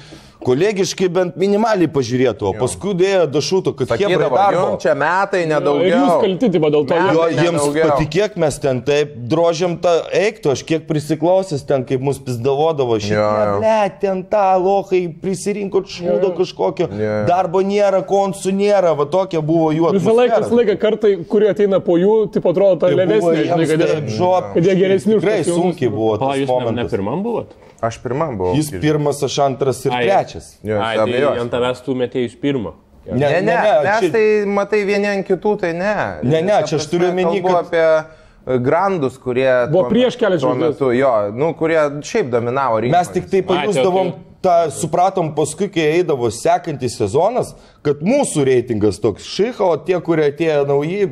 S3: kolegiškai bent minimaliai pažiūrėtų, o paskui dėjo dašūtų, kad jie
S4: Sakydavo,
S3: darbo.
S4: jum čia metai
S1: Ir jūs
S4: nedaugiau.
S1: kalti, tipo, dėl to.
S4: Ne.
S3: Jo,
S4: Bet ne
S3: jiems
S4: daugiau.
S3: patikėk, mes ten taip drožiam tą eiktų, aš kiek prisiklausęs ten, kaip mus pizdavodavo
S4: Jo,
S3: šiandien.
S4: jo.
S3: Ne, ten tą lohai prisirinko šūdo kažkokio,
S4: Jo.
S3: darbo nėra, konsų nėra, va tokia buvo jų.
S1: Visą laiką, visą laiką kartai, kurie ateina po jų, tipo, atrodo, ta levesnė, žinai, kad jie- kad jie geresni už
S3: Tikrai
S1: tuos jaunus.
S3: sunkiai buvo
S5: Pala,
S3: tas
S5: jūs ne, ne
S3: momentas.
S5: pirmam buvot?
S4: Aš pirmam buvau.
S3: Jis pirmas, aš antras ir
S5: Ai.
S3: trečias.
S4: Jo, aš
S5: Ai, tai
S4: abejoju.
S5: ant tavęs tu metėjus pirmą.
S1: Mm.
S5: Jo.
S3: Ne,
S4: Ne, ne, mes
S3: čia-
S4: tai matai vieni ant kitų, tai ne.
S3: Ne, ne,
S4: Ta
S3: čia aš
S4: prasme,
S3: turiu omeny,
S4: kalbu
S3: kad-
S4: apie e, grandus, kurie...
S1: Buvo
S4: tuo-
S1: prieš kelias
S4: tuo
S1: žvaigždes.
S4: metu, Jo, nu, kurie šiaip dominavo rinkoje.
S3: Mes tik tai pajusdavom,
S5: Ai, tai
S3: tą supratom paskui, kai eidavo sekantis sezonas, kad mūsų reitingas toks šyha, o tie, kurie atėjo nauji,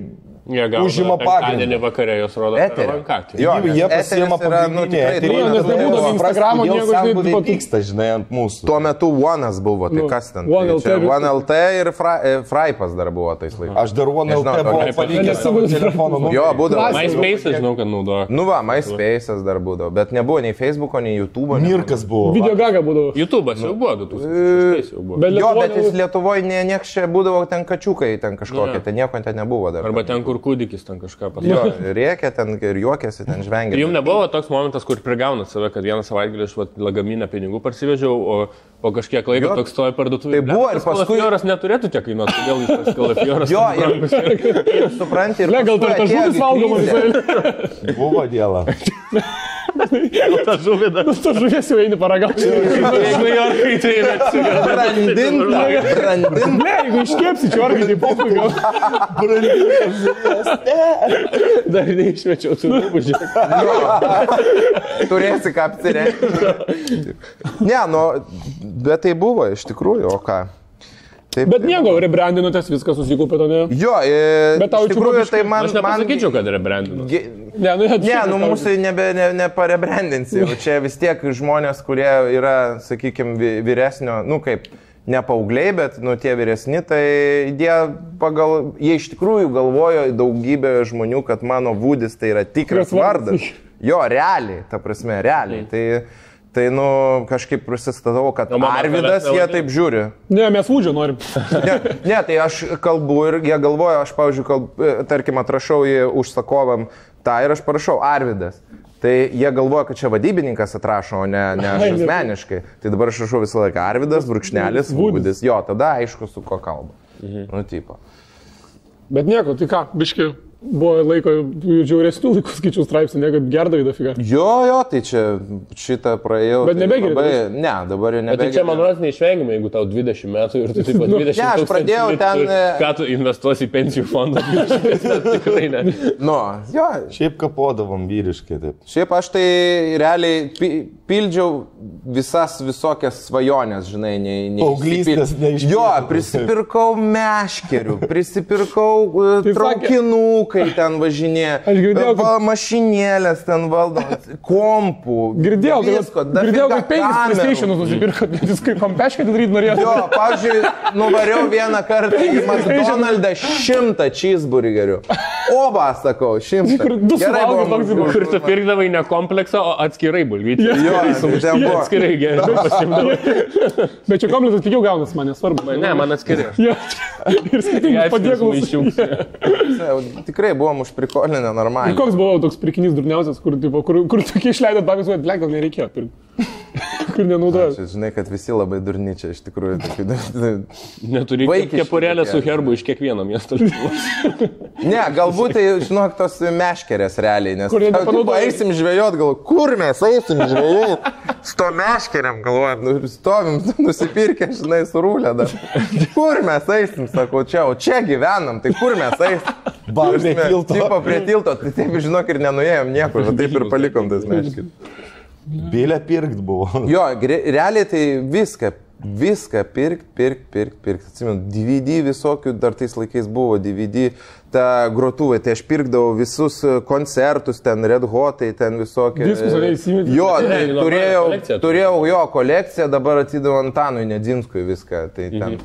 S5: Jie gauna
S3: Užima
S5: penktadienį
S3: pagrindą.
S5: vakare jos rodo per
S4: Eterį.
S5: LNK, tai-
S4: Jo,
S3: jie-
S4: nes
S3: jie
S4: eteris
S3: pasiema
S4: yra, nu,
S3: pagrindinį eterį.
S4: tikrai daug
S1: Jo, nes
S4: labiau
S1: nebūdavo
S4: suprast,
S1: Instagramo,
S3: kodėl
S1: nieko, žinai,
S3: senbuviai
S1: tipo, tu-
S3: pyksta, žinai, ant mūsų.
S4: Tuo metu One'as buvo, tai
S1: Nu,
S4: kas ten?
S1: One LT viskas.
S4: OneLT ir Fra- e, Fraipas dar buvo tais laikais.
S3: Aš dar One
S4: Nežinau,
S3: LT buvau
S4: ar-
S3: palikęs savo
S1: Nesu-
S3: telefoną.
S4: Jo, būdavo.
S1: Klasė.
S5: MySpace, žinau, kad naudoja.
S4: Nu va, MySpace'as dar būdavo, bet nebuvo nei Facebook'o, nei YouTube'o. nei-
S3: Mirkas buvo.
S1: Video gaga būdavo.
S5: YouTube'as jau buvo 2006 jau buvo.
S1: Bet
S4: Jo,
S1: Lietuvoj
S4: bet jis Lietuvoje ne, nieks čia būdavo ten kačiukai, ten kažkokie,
S5: Ne.
S4: ten nieko ten nebuvo dar.
S5: Arba ten, kur kūdikis ten kažką
S4: Jo,
S5: pasakė.
S4: rėkė ten ir juokėsi, ten žvengė.
S5: Ir jums nebuvo toks momentas, kur prigaunat save, kad vieną savaitgalį aš vat lagaminą pinigų parsivežiau, o po kažkiek laiko
S4: Jo.
S5: toks toj parduotuvėje.
S4: Tai buvo ir paskui-
S5: Kalafioras neturėtų tiek kainuoti, kodėl jis tas kalafioras.
S4: Jo, ir-
S5: brangus yra?
S4: <laughs> supranti, ir
S1: Ne, gal
S4: paskui
S1: dar ta
S4: atėjo
S1: žuvis
S4: gi
S1: valgoma
S4: krizė.
S1: visai.
S3: Buvo dėla.
S5: Ta žuvė dar.
S1: Ta žuvies jau eini paragauti.
S5: Jeigu Jorkai tai yra atsigauna. <laughs>
S4: Brandinta, brandinta.
S1: Ne, jeigu iškepsi čiorgą, tai popiu gal. Dar neišmečiau tų rūbužių.
S4: Turėsi ką apsirengti. Ne, nu, bet tai buvo iš tikrųjų, o ką. Taip,
S1: Bet nieko, rebrandinotės, viskas susikūpė, to ne?
S4: Jo, e,
S1: Bet tau
S4: iš tikrųjų
S1: čiupo
S4: tai man...
S5: Aš nepasakyčiau, kad yra brandinas.
S4: man
S1: Ne, nu,
S4: Ne, nu mūsų nebe, ne, neparebrandinsi. Jau Čia vis tiek žmonės, kurie yra, sakykime, vyresnio, nu kaip, ne paaugliai, bet nu tie vyresni, tai jie, pagal, jie iš tikrųjų galvojo daugybė žmonių, kad mano vūdis tai yra
S1: Tikras
S4: tikras
S1: vardas.
S4: vardas. Jo, realiai, ta prasme, realiai. Tai, tai nu, kažkaip prisistatau, kad
S5: O mama tavęs
S4: Arvidas, jie
S5: nevadina?
S4: taip žiūri.
S1: Ne, mes vūdžio norim.
S4: Ne, ne, tai aš kalbu ir jie galvoja, aš, pavyzdžiui, kalb, e, tarkim, atrašau į užsakovam tą ir aš parašau Arvidas. Tai jie galvoja, kad čia vadybininkas atrašo, o ne, ne aš
S1: Ai, ne.
S4: asmeniškai. Tai dabar aš rašau visą laiką Arvidas, brūkšnelis,
S1: Vudis.
S4: būdis. Jo, tada aišku, su ko kalba. Nu, tipo.
S1: Bet nieko, tai ką, biški. Buvo laiko, jų žiauresnių laikų skaičių straipsnių, negu gerdavai dafiga.
S4: Jo, jo, tai čia šitą praėjau.
S1: Bet
S4: tai
S1: nebegeri,
S4: labai- Ne, dabar jau
S5: Bet tai
S4: nebegeriu.
S5: čia, man rodos, neišvengiama, jeigu tau 20 metų ir tu taip pat 20 metų.
S4: Nu, Ne, aš pradėjau ten, e,
S5: Ką tu investuosi į pensijų fondą?
S4: <laughs>
S5: Tikrai ne.
S4: Nu, jo,
S3: Šiaip kapodavom vyriškai taip.
S4: Šiaip aš tai realiai pi- pildžiau visas visokias svajonės, žinai, nei... nei
S3: Paauglystės
S4: išsipil-
S3: neišpildėte.
S4: Jo, prisipirkau meškerių,
S1: <laughs>
S4: prisipirkau e,
S1: Tai sakė-
S4: traukinų, kai ten važinė. e,
S1: Aš girdėjau, kad-
S4: va, mašinėlės ten valdomos, kompų.
S1: Girdėjau, kad,
S4: visko, dar
S1: girdėjau,
S4: figa
S1: kad penkis
S4: kamerų.
S1: PlayStation'us nusipirkot, bet jis kaip kampeškį atidaryti norėjo. tai
S4: Jo, pavyzdžiui, nuvariau vieną kartą į McDonald'ą šimtą cheeseburgerių. Oba, sakau, šimtą.
S1: Kur du suvalgo
S4: buvom
S1: toks buvo.
S5: Kur tu pirkdavai ne kompleksą, o atskirai bulvytį.
S4: Jo, tai ten buvo.
S5: Atskirai gerai pasimdavai.
S1: Bet čia kompleksas tik jau gaunas man, nesvarbu.
S5: Ne, man atskirai.
S1: Jo, ir skirtingus padėklus.
S5: Padėkau.
S4: Ne, Tikrai buvom užprikolinę
S1: Ir
S4: normaliai.
S1: <laughs> koks buvo toks pirkinys durniausias, kur, tipo, kur, kur tokie išleido pagas, kad ble, gal nereikėjo pirkti. <laughs> Kur nenaudojau.
S4: Čia, žinai, kad visi labai durni čia iš tikrųjų. tokių dar-
S5: Neturi
S4: Vaikiški
S5: kepurėlę su
S4: tokie.
S5: herbu iš kiekvieno
S4: <laughs>
S5: miesto.
S4: Ne, galbūt tai, žinok, tos meškerės realiai, nes
S1: Kur jie
S4: tau, tipo,
S1: nepanaudoja.
S4: eisim žvejot, gal kur mes eisim žvejot. Sto meškeriam, galvojam, nu, ir stovim, <laughs> nusipirkę, žinai, surūlę dar. Kur mes eisim, sakau, čia, o čia gyvenam, tai kur mes eisim?
S3: Bar prie
S4: Mes,
S3: tilto.
S4: Tipo prie tilto, tai taip, žinok, ir nenuėjom niekur, va taip ir palikom tas meškeris.
S3: Bilė pirkt buvo.
S4: Jo, gre- realiai tai viską, viską pirk, pirk, pirk, pirk. Atsimenu, DVD visokių dar tais laikais buvo, DVD, ta grotuvai, tai aš pirkdavau visus e, koncertus, ten Red Hotai, ten visokie.
S1: Diskus ane įsimetei?
S4: Jo, tai
S5: Realiai, normalią
S4: turėjau,
S5: kolekciją turi.
S4: turėjau jo kolekciją, dabar atsidavau Antanui Nedzinskui viską. Tai ten.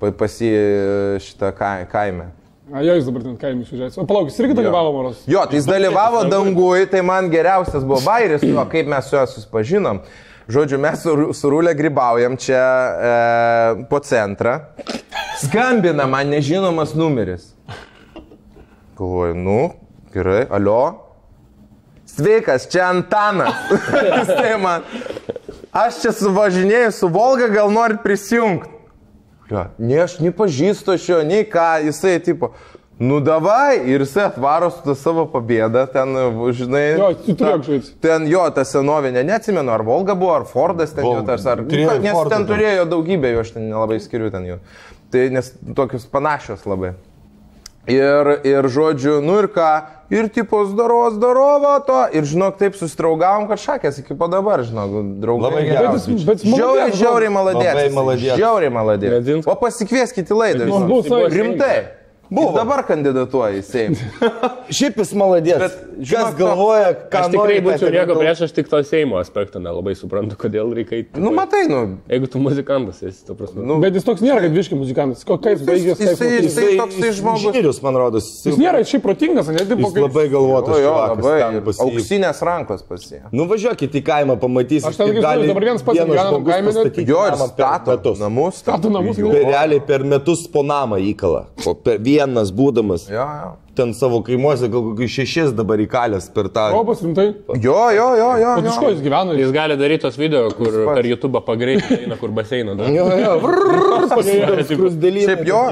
S4: pa- pas jį e, šitą kai- kaime.
S1: A, jo, jis dabar ten kaimį išvažiavęs. O palauk, jis irgi dalyvavo moros.
S4: Jo, tai jis dalyvavo dangui, tai man geriausias buvo bairis, o kaip mes su juo susipažinom. Žodžiu, mes su, Ru- su Rūlė gribaujam čia e, po centrą. Skambina man nežinomas numeris. Galvoju, nu, gerai, alio. Sveikas, čia Antanas. Jisai man. Aš čia suvažinėjau su Volga, gal norit prisijungti. Ja. Ne, aš nepažįstu šio, nei ką, jisai tipo. Nu davai, ir jisai atvaro su tą savo pabėdą, ten, žinai.
S1: Jo, tu turėk
S4: ta-
S1: žaisti.
S4: Ten jo, ta senovinė, neatsimenu, ar Volga buvo, ar Fordas ten
S3: Volga.
S4: jau tas, ar...
S3: Turėjo
S4: Nes
S3: Fordą
S4: ten
S3: dar.
S4: turėjo daugybę, jo aš ten nelabai skiriu ten jų. Tai nes tokius panašios labai. Ir, ir žodžiu, nu ir ką, ir tipo, zdaro, zdaro, to, ir žinok, taip susitraugavom, kad šakės iki po dabar, žinok, draugai.
S3: Labai
S4: geri.
S3: geras.
S1: Bet jis, bet jis
S4: Žiauriai, žiauriai maladės.
S3: Labai
S4: jisai,
S3: maladės.
S4: Žiauriai maladės.
S5: Gadins.
S4: O pasikvieskit į laidą.
S1: Nu,
S4: žinok.
S1: bus, oi.
S4: Rimtai. Buvo. Dabar kandidatuoja į Seimą.
S3: Šiaip jis maladės.
S4: Bet, nu,
S3: Bet,
S4: žinok,
S3: Kas galvoja, ką
S5: Aš tikrai
S3: nori, tą
S5: būčiau
S3: tegul
S5: nieko
S3: gal-
S5: prieš, aš tik to Seimo aspektą nelabai suprantu, kodėl reikia. eiti.
S4: Nu, matai, nu.
S5: Jeigu tu muzikantas esi, tu prasme.
S4: nu
S1: Bet jis toks nėra, kad viški muzikantas. Kokia jis baigęs?
S4: jisai-
S1: kaip mokinys.
S4: jisai- Tai toksai žmogus.
S3: Nu, Inžinierius, man rodos.
S1: Jis nėra šiaip protingas, net
S3: Jis
S1: kaip...
S3: labai galvotas.
S4: O jo,
S3: čuvakas,
S4: labai.
S3: ten pas jį-
S4: Auksinės rankos pasie.
S3: Nuvažiuokit į kaimą, pamatysit.
S1: Aš ten,
S3: kaip
S1: kaip
S3: gali
S1: žinau, dabar vienas pats
S3: vienas
S1: gyvenam
S3: žmogus
S1: kaime, nu, net-
S3: pastatyti
S4: Jo, ir
S3: namą per
S4: stato
S3: metus.
S4: namus.
S1: Stato namus,
S4: Jo,
S3: Tai Realiai per metus po namą įkala. O per vienas būdamas.
S4: jo. jo.
S3: Ten savo kaimuose gal kokius šešis dabar įkalęs per tą.
S1: Robas rimtai.
S4: Jo, jo, jo, jo.
S1: O tu iš ko
S4: jo.
S1: jis gyvena?
S5: Jis gali daryti tos video, kur per YouTube pagreitai eina, kur baseiną daro.
S3: Jo,
S1: <laughs>
S3: jo, vrrrr, pasidaro tikrus dalykus.
S4: Šiaip jo.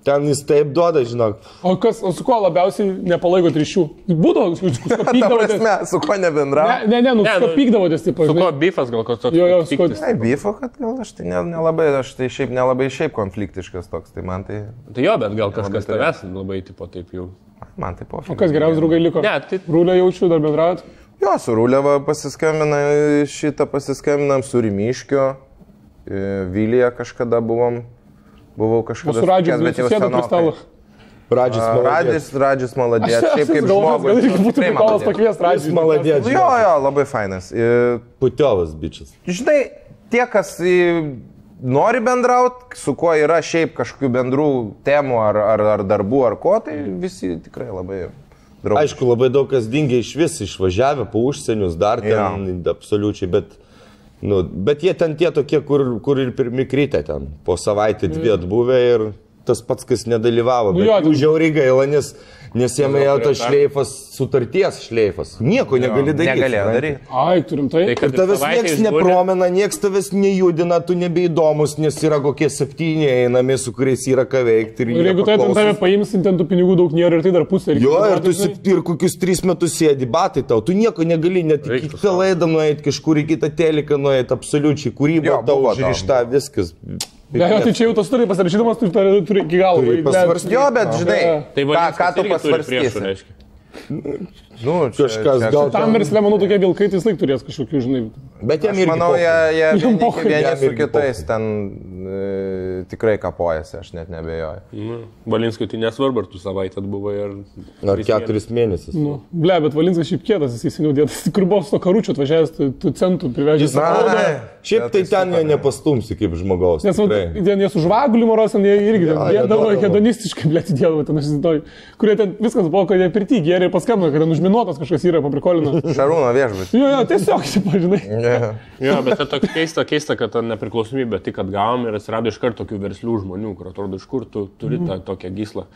S3: Ten jis taip duoda, žinok.
S1: O, kas, o su kuo labiausiai nepalaikot ryšių? Būdavo, <laughs> jūs
S4: Ta
S1: skapydavotės.
S4: prasme, su ko nebendrauju.
S1: Ne, ne, ne, nu,
S5: Ne, nu,
S1: skapydavotės, taip,
S5: Su ko bifas gal koks toks?
S1: Jo, jo,
S5: piktis?
S1: su kuo-
S4: Tai bifo, kad gal aš tai ne- nelabai, aš tai šiaip nelabai šiaip konfliktiškas toks, tai man tai,
S5: Tai jo, bet gal kažkas tavęs labai tipo taip jau.
S4: man tai pofik.
S1: O kas geriausias draugai liko?
S5: Ne, tai-
S1: Rūlė jaučiu, dar bendraujat.
S4: Jo, su Rūliava pasiskambina, šitą pasiskambinam su Rimiškiu, e, Vilija kažkada buvom, buvau
S1: O
S4: kažkada
S1: su Radžiu,
S4: sutikęs,
S1: bet jau
S4: senokai.
S1: sėdo prie stalo.
S3: Radžis maladės.
S4: Radžis, Radžis maladės,
S1: <laughs>
S4: šiaip kaip tai
S1: galvoju,
S4: žmogus.
S1: gal irgi būtų
S4: tikrai
S1: Nikolas
S4: maladės.
S1: pakvies Radžiu.
S3: Maladės.
S4: Jo,
S3: žinok.
S4: jo, labai fainas. E,
S3: Putiovas bičias.
S4: Žinai, tie, kas į, nori bendrauti, su kuo yra šiaip kažkokių bendrų temų ar, ar, ar darbų ar ko, tai visi tikrai labai draugai.
S3: Aišku, labai daug kas dingia iš vis, išvažiavę po užsienius, dar ten
S4: Jo.
S3: absoliučiai, bet, nu, bet jie ten tie tokie, kur, kur ir pirmi krytė ten, po savaitę dvi atbuvę ir tas pats, kas nedalyvavo.
S1: jo,
S3: Nu,
S1: ten-
S3: Žiauriai gaila, nes, nes jame jau tas šleifas, sutarties šleifas. Nieko negali daryti.
S4: Negalėjo
S3: supranti.
S4: daryti.
S1: Ai, turim tai.
S5: Tai
S3: Ir
S5: kad
S3: tavęs
S5: savaitę
S3: niekas
S5: išbūni-
S3: nepromena, niekas tavęs nejudina, tu nebeįdomus, nes yra kokie septyni einami, su kuriais yra ką veikti.
S1: Ir jeigu tai ten tave paims, ten tų pinigų daug nėra ir tai dar pusė. reikia
S3: Jo, ir
S1: atiduoti,
S3: tu
S1: žinai.
S3: sit- ir kokius tris metus sėdi, batai tau, tu nieko negali, net į
S5: Reiktų
S3: kitą laidą nuėjai, kažkur į kitą teliką nuėjai, absoliučiai, kūryba
S4: Jo,
S3: tau
S4: buvo
S3: užrišta, viskas.
S1: Ne, jo, tai čia jau tas turi pasirašydamas, tu turi, turi iki galo. Ne,
S3: Turi pasvarstyt.
S4: Jo, bet žinai,
S5: Tai
S4: ką,
S5: vadinasi,
S4: ką tu
S5: priešų,
S4: pasvarstysi?
S5: reiškia.
S4: Nu, čia-
S3: Kažkas
S4: čia-
S3: gal
S1: Tam versle, manau, tokie vilkai, tai jis laik turės kažkokių, žinai.
S3: Bet jam
S4: Aš
S3: ir
S4: manau, jie,
S1: Jam
S4: jie vieni,
S1: pochui.
S4: vieni
S3: Jam
S4: su
S3: irgi
S4: kitais ten e, tikrai kapojasi, aš net nebejoju.
S5: Nu, Valinskui tai nesvarbu, ar tu savaitę atbuvai ar...
S3: Ar keturis mėnesius.
S1: Nu, ble, bet Valinskas šiaip kietas, jis seniau dėtas, kur buvo su to karučiu atvažiavęs, tų, tų centų privežęs.
S4: Ai,
S3: Šiaip tai ten jo nepastumsi kaip žmogaus.
S4: nu,
S1: Nes vat,
S4: tai-
S3: tikrai.
S1: ten jie su žvaguliu moros, ten jie irgi ten
S3: jie
S1: dėdavo,
S3: duodavo.
S1: hedonistiškai, blė, dėdavo, ten aš įsivaizduoju, kurie ten viskas buvo, kad jie pirti gėrė ir paskambino, kad ten užminuotas kažkas yra,
S3: <laughs>
S1: paprikolino.
S4: Šarūno viešbutis.
S1: Jo, jo, tiesiog, <laughs> tipo, žinai.
S5: Jo, bet tai toks keista, keista, kad ta nepriklausomybė tik atgavom ir atsirado iš karto tokių verslių žmonių, kur atrodo, iš kur tu turi tą
S1: Mhm.
S5: tokią gyslą,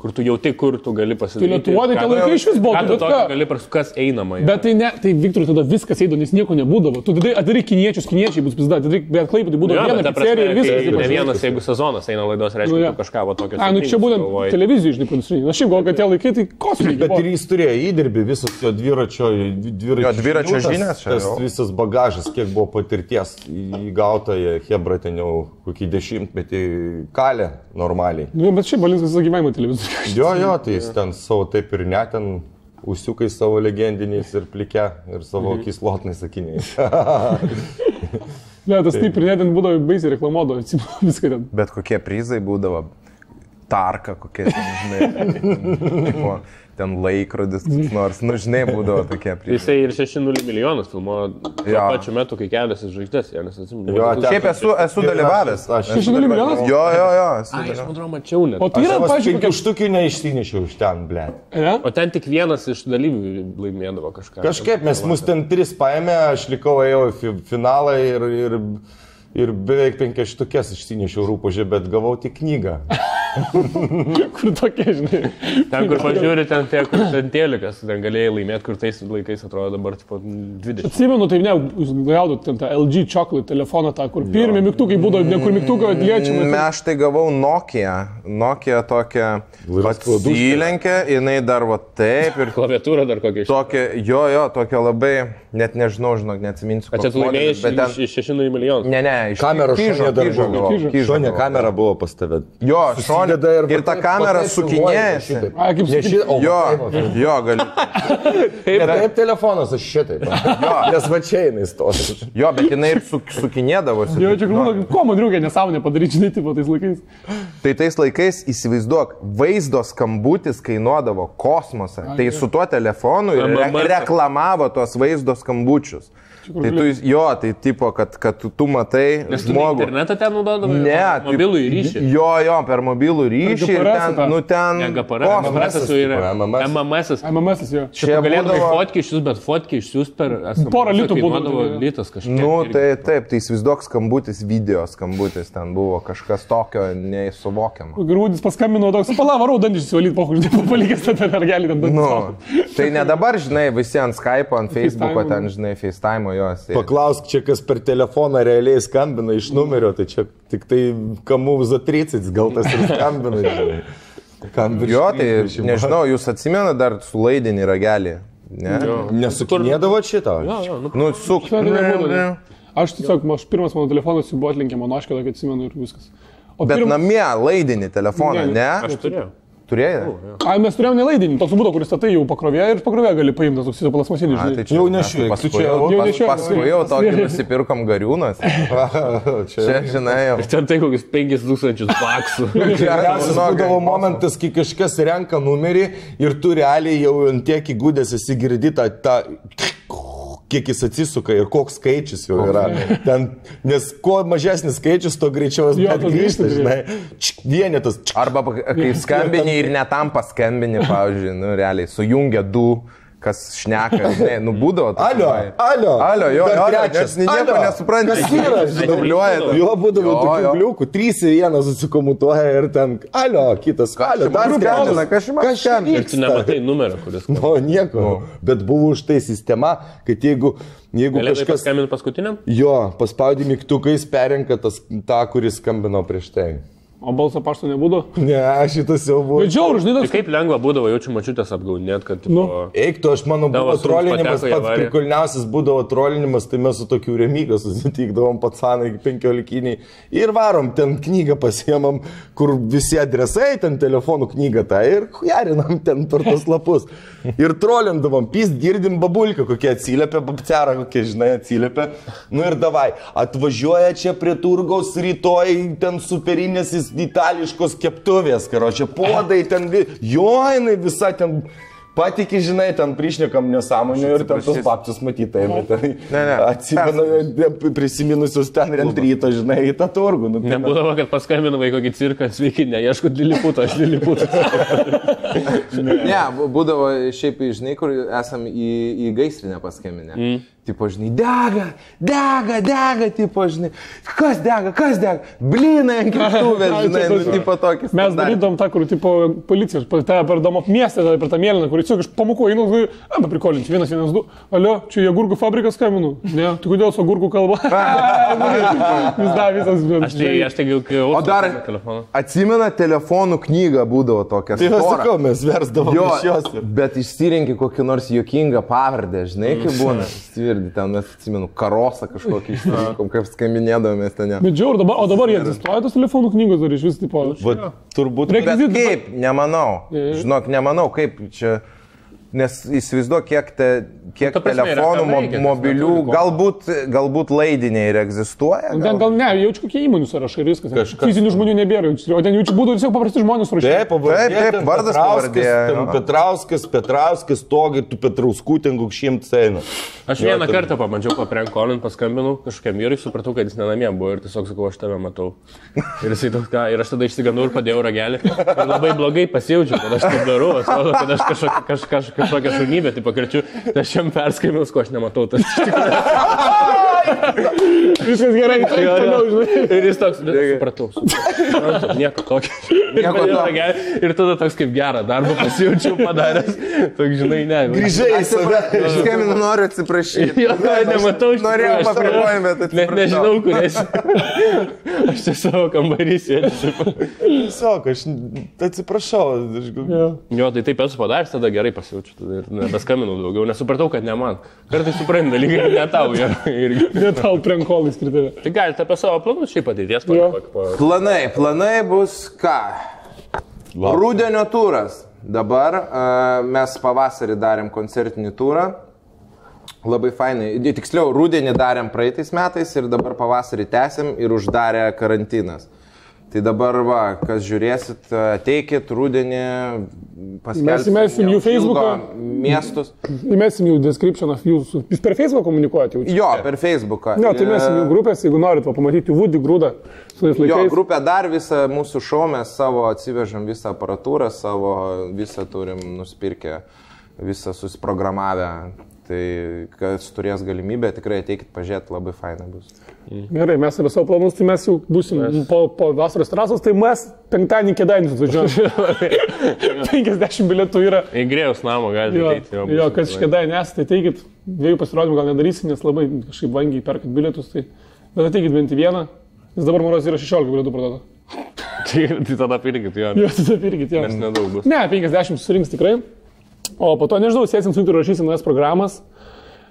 S5: kur tu jauti, kur tu gali pasidaryti.
S1: Lietuvoj tai tie laikai išvis buvo,
S5: Ką
S1: tu
S5: tu
S1: bet
S5: tokio
S1: ką.
S5: gali prasukti, kas einama. yra.
S1: Bet tai ne, tai Viktorui tada viskas eido, nes nieko nebūdavo. Tu tada atidaryk kiniečius, kiniečiai bus pizda, atidaryk, bet klaipė, tai
S5: Nu
S1: būdavo
S5: jo, bet
S1: viena
S5: ta prasme,
S1: pizzerija ir viskas.
S5: kai
S1: tipo,
S5: Ne
S1: žinai.
S5: vienas, jeigu sezonas eina laidos, reiškia,
S1: Nu
S5: nu,
S1: jo.
S5: ja. kažką va tokio.
S1: A, nu čia būtent televizijų išlipant, žinai. Na šiaip gal, kad tie laikai tai
S3: Bet ir
S1: kosminiai.
S3: jis turėjo įdirbį, visas jo dviračio, dviračio,
S4: Jo, dviračio žinias čia
S3: tas
S4: jau.
S3: visas bagažas, kiek buvo patirties įgauta, jie Hebra ten jau kokį dešimtmetį kalė normaliai.
S1: Nu, bet šiaip Valinskas visą gyvenimą televizorių.
S3: Jo, jo, tai jis ten savo taip ir net ten užsiukai savo legendiniais ir plike ir savo kislotnais sakiniais.
S1: Ne, tas taip ir net ten būdavo baisiai reklamuodavo, atsimenu <laughs> viską ten.
S4: Bet kokie prizai būdavo. tarka kokia, ten, žinai, tipo, ten laikrodis, koks nors, nu, žinai, būdavo tokie prie.
S5: Tai Jisai ir 6-0 milijonus filmuoja tuo
S4: Jo.
S5: pačiu metu, kai kelias į žvaigždės, jie nesasimenu.
S3: Jo,
S5: aš
S3: ten-
S4: Šiaip esu, esu dalyvavęs.
S3: Aš
S1: Šeši nulis milijonus?
S4: Jo, jo, jo. esu dalyvavęs.
S5: man atrodo, mačiau net.
S1: O
S5: O,
S1: tai yra, pažiūrėk,
S3: pažiūrėjau, štukių neišsinešiau iš ten, ble.
S1: ne?
S5: o ten tik vienas iš dalyvių laimėdavo kažką.
S3: Kažkaip mes mus ten tris paėmė, aš likau ėjau į fi- finalą ir, ir, ir beveik penkias štukės išsinešiau rūpožė, bet gavau tik knygą.
S1: <laughs> Kur tokie, žinai.
S5: Ten, kur pažiūri, ten tie, kur ten telikas, ten galėjai laimėti, kur tais laikais atrodo dabar tipo 20.
S1: Atsimenu, tai ne, jūs gaudot ten tą LG chocolate telefoną, tą, kur pirmie mygtukai būdavo, ne kur
S5: Mm,
S1: mygtuko liečiama.
S4: Ne, aš tai gavau Nokia. Nokia tokia
S3: Laidas pladuškė.
S4: atsilenkė, jinai dar va taip ir
S5: Klaviatūra dar kokia iš.
S4: tokia, jo, jo, tokia labai, net nežinau, žinok, neatsiminsiu.
S5: Kad čia
S4: koks
S5: tu laimėjai
S4: modelis,
S5: iš, ten... iš 600 milijonų.
S4: Ne, ne, iš
S3: Kamera šonė dar
S4: kyžo
S3: buvo.
S4: gavau, kyžo
S3: Šonė
S4: gavau.
S3: kamera buvo pas tave.
S4: Jo, šonė
S3: Susideda
S4: ir, ir
S3: va
S4: ta
S3: taip-
S4: kamera
S3: va taip filmuoja
S4: sukinėjasi.
S3: šitaip.
S1: A, kaip
S3: Ne
S1: sakyt-
S3: ši- o,
S4: Jo,
S3: va taip va.
S4: jo, gali.
S3: Ne taip telefonas, aš <laughs> šitaip. Nes va čia jinai stos.
S4: Jo, bet jinai ir su, sukinėdavosi. nu,
S1: Jau čia galvoju, ko man reikia nesąmonę padaryti, žinai, tipo tais laikais.
S4: Tai tais laikais įsivaizduok, vaizdo skambutis kainuodavo kosmosą. Ai, tai su tuo telefonu ir re
S5: MMR.
S4: reklamavo tuos vaizdo skambučius. Tai tu, jis- jo, tai tipo, kad, kad tu, tu matai
S5: Nes tu ne
S4: žmogų.
S5: internetą ten naudodavai?
S4: Ne, tai- taip-
S5: mobilų į ryšį.
S4: Jo, jo, per mobilų ryšį. ir
S1: GPRS
S4: Ten,
S1: tą.
S4: nu ten.
S5: Ne, GPR,
S4: kosmosas.
S5: MMS yra.
S3: MMS.
S5: MMS.
S1: MMS jo.
S4: Čia
S5: Čia galėdavo
S4: būdavo-
S5: fotkį išsiųsti, bet fotkį išsiųsti per... SMS
S1: Porą litų būdavo,
S5: kainuodavo
S1: jo.
S5: Litas kažkas.
S4: Nu, tai taip, tai įsivaizduok skambutis, video skambutis ten buvo kažkas tokio neįsuvokiamo.
S1: Grūdis paskambino toks, pala, varau dantis įsivalyti, pohuždė, palikęs tą mergelį ten dantis.
S4: Nu,
S1: valyti."
S4: tai ne dabar, žinai, visi ant Skype, ant Facebook'o,
S1: FaceTime'o.
S4: ten, žinai, FaceTime'o jos. sėdi.
S3: Paklausk čia, kas per telefoną realiai skambina iš numerio, tai čia tik tai kamu zatricits, gal tas ir skambina. žinai. Kam virš
S4: Jo, tai
S3: 30
S4: nežinau, jūs atsimenate dar sulaidinį ragelį. Ne?
S3: Nesukinėdavo šito.
S4: Nu, suk.
S1: Šito tai nebuvo, ne? Aš tiesiog, aš pirmas mano telefonas jau buvo atlinkė monoškė, tokia atsimenu ir viskas. O
S4: Bet
S1: pirm-
S4: namie laidinį telefoną,
S1: Ne,
S4: ne?
S5: Aš turėjau.
S4: Turėjai?
S1: Ai, mes turėjom nelaidinį, toks būdo, kuris statai jau pakrovė ir pakrovė gali paimti, toks įsivaizduoju plasmasinis, žinai.
S3: Jau nešiu, tu
S4: tai paskui
S3: čia-
S4: jau,
S1: jau
S4: pas,
S1: nešioju.
S4: paskui jau tokį nusipirkom gariūnas.
S3: <laughs> Čia
S4: Čia, žinai, jau.
S5: Ten tai kokius 5000 baksų.
S4: <laughs>
S3: Geriausias būdavo momentas, kai kažkas renka numerį ir tu realiai jau ant tiek įgūdęs esi girdyta tą, kiek jis atsisuka ir koks skaičius jau yra. Ten, nes kuo mažesnis skaičius, to greičiau jis
S1: Jo,
S3: net
S1: tu
S3: grįžta,
S1: grįžti,
S3: žinai. Čik, Vienetas. čik.
S4: Arba pak- kai skambini ir netam paskambini, pavyzdžiui, nu realiai, sujungia du, kas šneka, žinai, nu būdavo. tokių,
S3: Alio,
S4: žinai.
S3: alio.
S4: Alio, jo,
S3: Dar
S4: jo, alio,
S3: trečias.
S4: nes nieko
S3: Alio.
S4: nesupranti.
S3: Kas yra, žinai,
S4: Dubliuoja ten.
S3: Jo, būdavo
S4: Jo, jo.
S3: tokių gliukų, trys į vieną susikomutuoja ir ten, alio, kitas, alio, dar
S4: skambina, kas čia man skambina?
S5: Ir tu nematai numerio, kuris.
S3: O nieko.
S5: Nu.
S3: No. Bet buvo už tai sistema, kad jeigu, jeigu
S5: Galėdavai
S3: kažkas...
S5: paskambinti paskutiniam?
S3: Jo, paspaudi mygtukais, perenka tas, tą, kuris skambino prieš tai.
S1: O balso pašto nebūdo.
S3: Ne, šitas jau buvo.
S5: Nu,
S1: Bet žiaur, žinai,
S5: Ir
S1: tas
S5: Tai kaip lengva būdavo jaučiu mačiutės apgaudinėt, kad... Tipo,
S1: Nu.
S3: Eiktų, aš manau,
S5: Tavo
S3: buvo
S5: sūnus
S3: trolinimas,
S5: pateko į
S3: pats
S5: avariją.
S3: prikulniausias būdavo trolinimas, tai mes su tokiu remyga susitikdavom patsanai penkiolikiniai ir varom, ten knygą pasiemam, kur visi adresai, ten telefonų knygą tą ir jarinam ten per tos lapus. Ir trolindavom, pys girdim babulką, kokie atsiliepia, babcerą, kokie, žinai, atsiliepia. Nu ir davai, atvažiuoja čia prie turgaus rytoj ten superinės is- itališkos keptuvės, karo čia podai, ten, vi- jo, jinai visa ten. Patikė, žinai, ten priešnekam nesąmonių ir ten tos faktus matytai, bet tai
S4: Nu. Ne, ne.
S3: atsimenu, prisiminusius ten ir ant ryto, žinai, į tą turgų. Nu, tai
S5: Nebūdavo, kad paskambinai kokį cirką, sveiki, neieškot diliputo, aš diliputo.
S4: Ne, bu- būdavo šiaip, žinai, kur esam į, į gaisrinę paskambinę. Mm. Tipo, žinai, dega, dega, dega, tipo, žinai, kas dega, kas dega, blinai ant kituvės,
S1: Ai, čia
S4: žinai,
S1: tas-
S4: nu, tipo tokį.
S1: Mes
S4: standartinį.
S1: darydom tą, kur tipo policijos, pa- tave per domo miestą, tave per tą mėlyną, kur tiesiog iš pamokų einu, galvoju, a, paprikolinti, vienas, vienas, du, alio, čia į agurkų fabriką skambinu, ne, tai kodėl su agurkų kalba? Vis dar visas,
S5: Aš tai, aš tai jau kai...
S4: O dar
S5: telefoną.
S4: atsimena telefonų knyga būdavo tokia.
S3: Tai aš
S4: stora.
S3: sakau, mes versdavom
S4: Jo,
S3: iš jos.
S4: bet išsirinkti kokį nors juokingą pavardę, žinai, kaip
S5: Mm.
S4: būna. Svirdi, ten mes atsimenu, karosą kažkokį išsirinkom, kaip skambinėdavomės ten.
S5: Mm.
S4: jam.
S1: Bet žiaur, dabar, o dabar jie egzistuoja tos telefonų knygos dar iš vis, tipo,
S3: Va, turbūt
S1: Reik-
S4: Bet
S1: Vizit-
S5: Mm.
S4: kaip, nemanau. Žinok, nemanau, kaip čia. Nes įsivaizduok, kiek, te, kiek
S5: Nu, ta prasme, yra
S4: telefonų,
S5: kam
S4: mo,
S5: reikia, nes
S4: mobilių,
S5: neturi ko.
S4: galbūt, galbūt laidiniai ir egzistuoja.
S5: Nu,
S1: Ten gal ne, jaučiu kokie įmonių sąrašai ir viskas.
S3: Kažkas-
S1: Fizinių žmonių nebėra, jaučiu. o ten jaučiu būdų tiesiog paprasti žmonės rašyti.
S3: Taip, pavardė,
S4: Taip, taip,
S3: ten
S4: vardas
S3: Petrauskas,
S4: pavardė,
S3: ten
S4: jo.
S3: Petrauskas, Petrauskas, togi, tu Petrauskų ten kokšim ceinu.
S5: Aš
S3: Jo,
S5: vieną
S3: ten-
S5: kartą pabandžiau paprenkolin, paskambinau kažkokiam vyrui, supratau, kad jis nenamie buvo ir tiesiog sakau, aš tave matau. Ir, jisai toks, ką, ir aš tada išsigandau ir padėjau ragelį. Ir labai blogai pasijaučiau, kad aš taip darau. Aš manau, kad aš kažkokią kaž, kaž, kažkokią šunybę, tai pakarčiu, tai aš jam perskambinau, ko aš nematau. Tas, <laughs> iš tikrųjų-
S1: Viskas gerai, tai
S5: Jo, jo.
S1: toliau, žinai.
S5: ir jis toks, bet supratau. supratau. Nieko tokio.
S4: Nieko
S5: Padėjau
S4: tokio.
S5: ragelį Ir tada toks kaip gerą darbą pasijaučiau padaręs. Toks, žinai, ne.
S3: Grįžai į save.
S4: Skambinu, noriu atsiprašyti.
S5: Jo, tai nematau, iš
S4: norėjau
S5: tikrųjų, aš tavęs
S4: paprikojimą, bet
S5: Net
S4: atsiprašau.
S5: nežinau, kur esi. <laughs> Aš čia savo kambarį sėdžiu.
S3: Tiesiog, aš atsiprašau. Aš... gal-
S5: Jo, tai taip esu padaręs, tada gerai pasijaučiu. Tada ir nebeskambinau daugiau, nesupratau, kad ne man. Kartais suprantu dalykai, kad ne tau. jo, irgi.
S1: Ne tau prenkolai skirti.
S5: Tai galite apie savo planus šiaip ateities
S1: Jo.
S5: papasakoti.
S4: Planai, planai bus ką? Rūdienio turas. Dabar a, mes pavasarį darėm koncertinį turą. Labai fainai. Di- Tiksliau, rūdienį darėm praeitais metais ir dabar pavasarį tęsim ir uždarė karantinas. Tai dabar, va, kas žiūrėsit, a, ateikit rūdienį, paskelbsim.
S1: įmesim jų
S4: neužilgo
S1: Facebooką.
S4: Miestus.
S1: Įmesim jų description of jūsų. Jūs per Facebook komunikuojate jau.
S4: Jo, per Facebooką. E,
S1: Ne, tai mes jų grupės, jeigu norit va, pamatyti Woody grūdą su tais
S4: Jo,
S1: laikais.
S4: grupė dar visą mūsų šou, mes savo atsivežam visą aparatūrą, savo visą turim nusipirkę, visą susiprogramavę. Tai kas turės galimybę, tikrai ateikit pažiūrėti, labai fainai bus.
S1: Gerai, mes apie savo planus, tai mes jau būsim po, po vasaros trasos, tai mes penktadienį kėdainius <laughs> atvažiuojame. 50 bilietų yra.
S5: Į grėjus namo galite
S1: Jo,
S5: ateiti.
S1: jo
S5: bus
S1: kad iš
S5: atvažiuoję.
S1: kėdainių esate, tai teikit, dviejų pasirodymų gal nedarysim, nes labai kažkaip vangiai perkat bilietus, tai bet ateikit bent į vieną, nes dabar moros yra 16 bilietų parduota.
S5: <laughs> Tai- Tai tada pirkit, jo.
S1: <laughs> Jo, tada pirkit, jo.
S5: Nes nedaug bus.
S1: Ne, 50 surinks tikrai. O po to, nežinau, sėsim su ir rašysim naujas programas.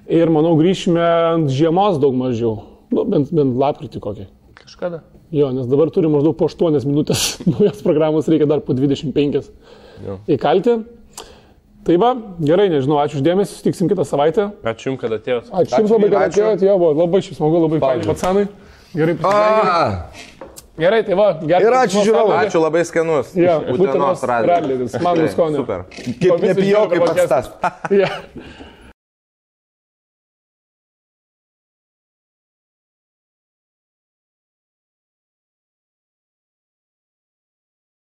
S1: Ir manau, grįšime ant žiemos daug mažiau. Nu, bent, bent lapkritį kokį.
S5: Kažkada.
S1: Jo, nes dabar turim maždaug po 8 minutės <laughs> naujas programos, reikia dar po 25
S5: Jo.
S1: įkalti. Tai va, gerai, nežinau, ačiū uždėmesį, sutiksim kitą savaitę.
S5: Ačiū Jums, kad atėjote.
S1: Ačiū Jums labai, kad
S4: ačiū.
S1: atėjote, jo, buvo labai šiaip smagu, labai faini patsanai. Gerai, pasisveikinu. gerai, tai va, gerai.
S3: Ir ačiū žiūrovams.
S4: Ačiū labai skanus.
S1: Jo, Utenos
S4: Utenos radijas.
S1: radijas. Man
S4: Tikrai,
S1: skonio.
S4: Super.
S3: Kaip
S1: Pavyzdžiui,
S3: nebijau, kaip
S1: žinokit,
S3: pats tas.
S1: Ja.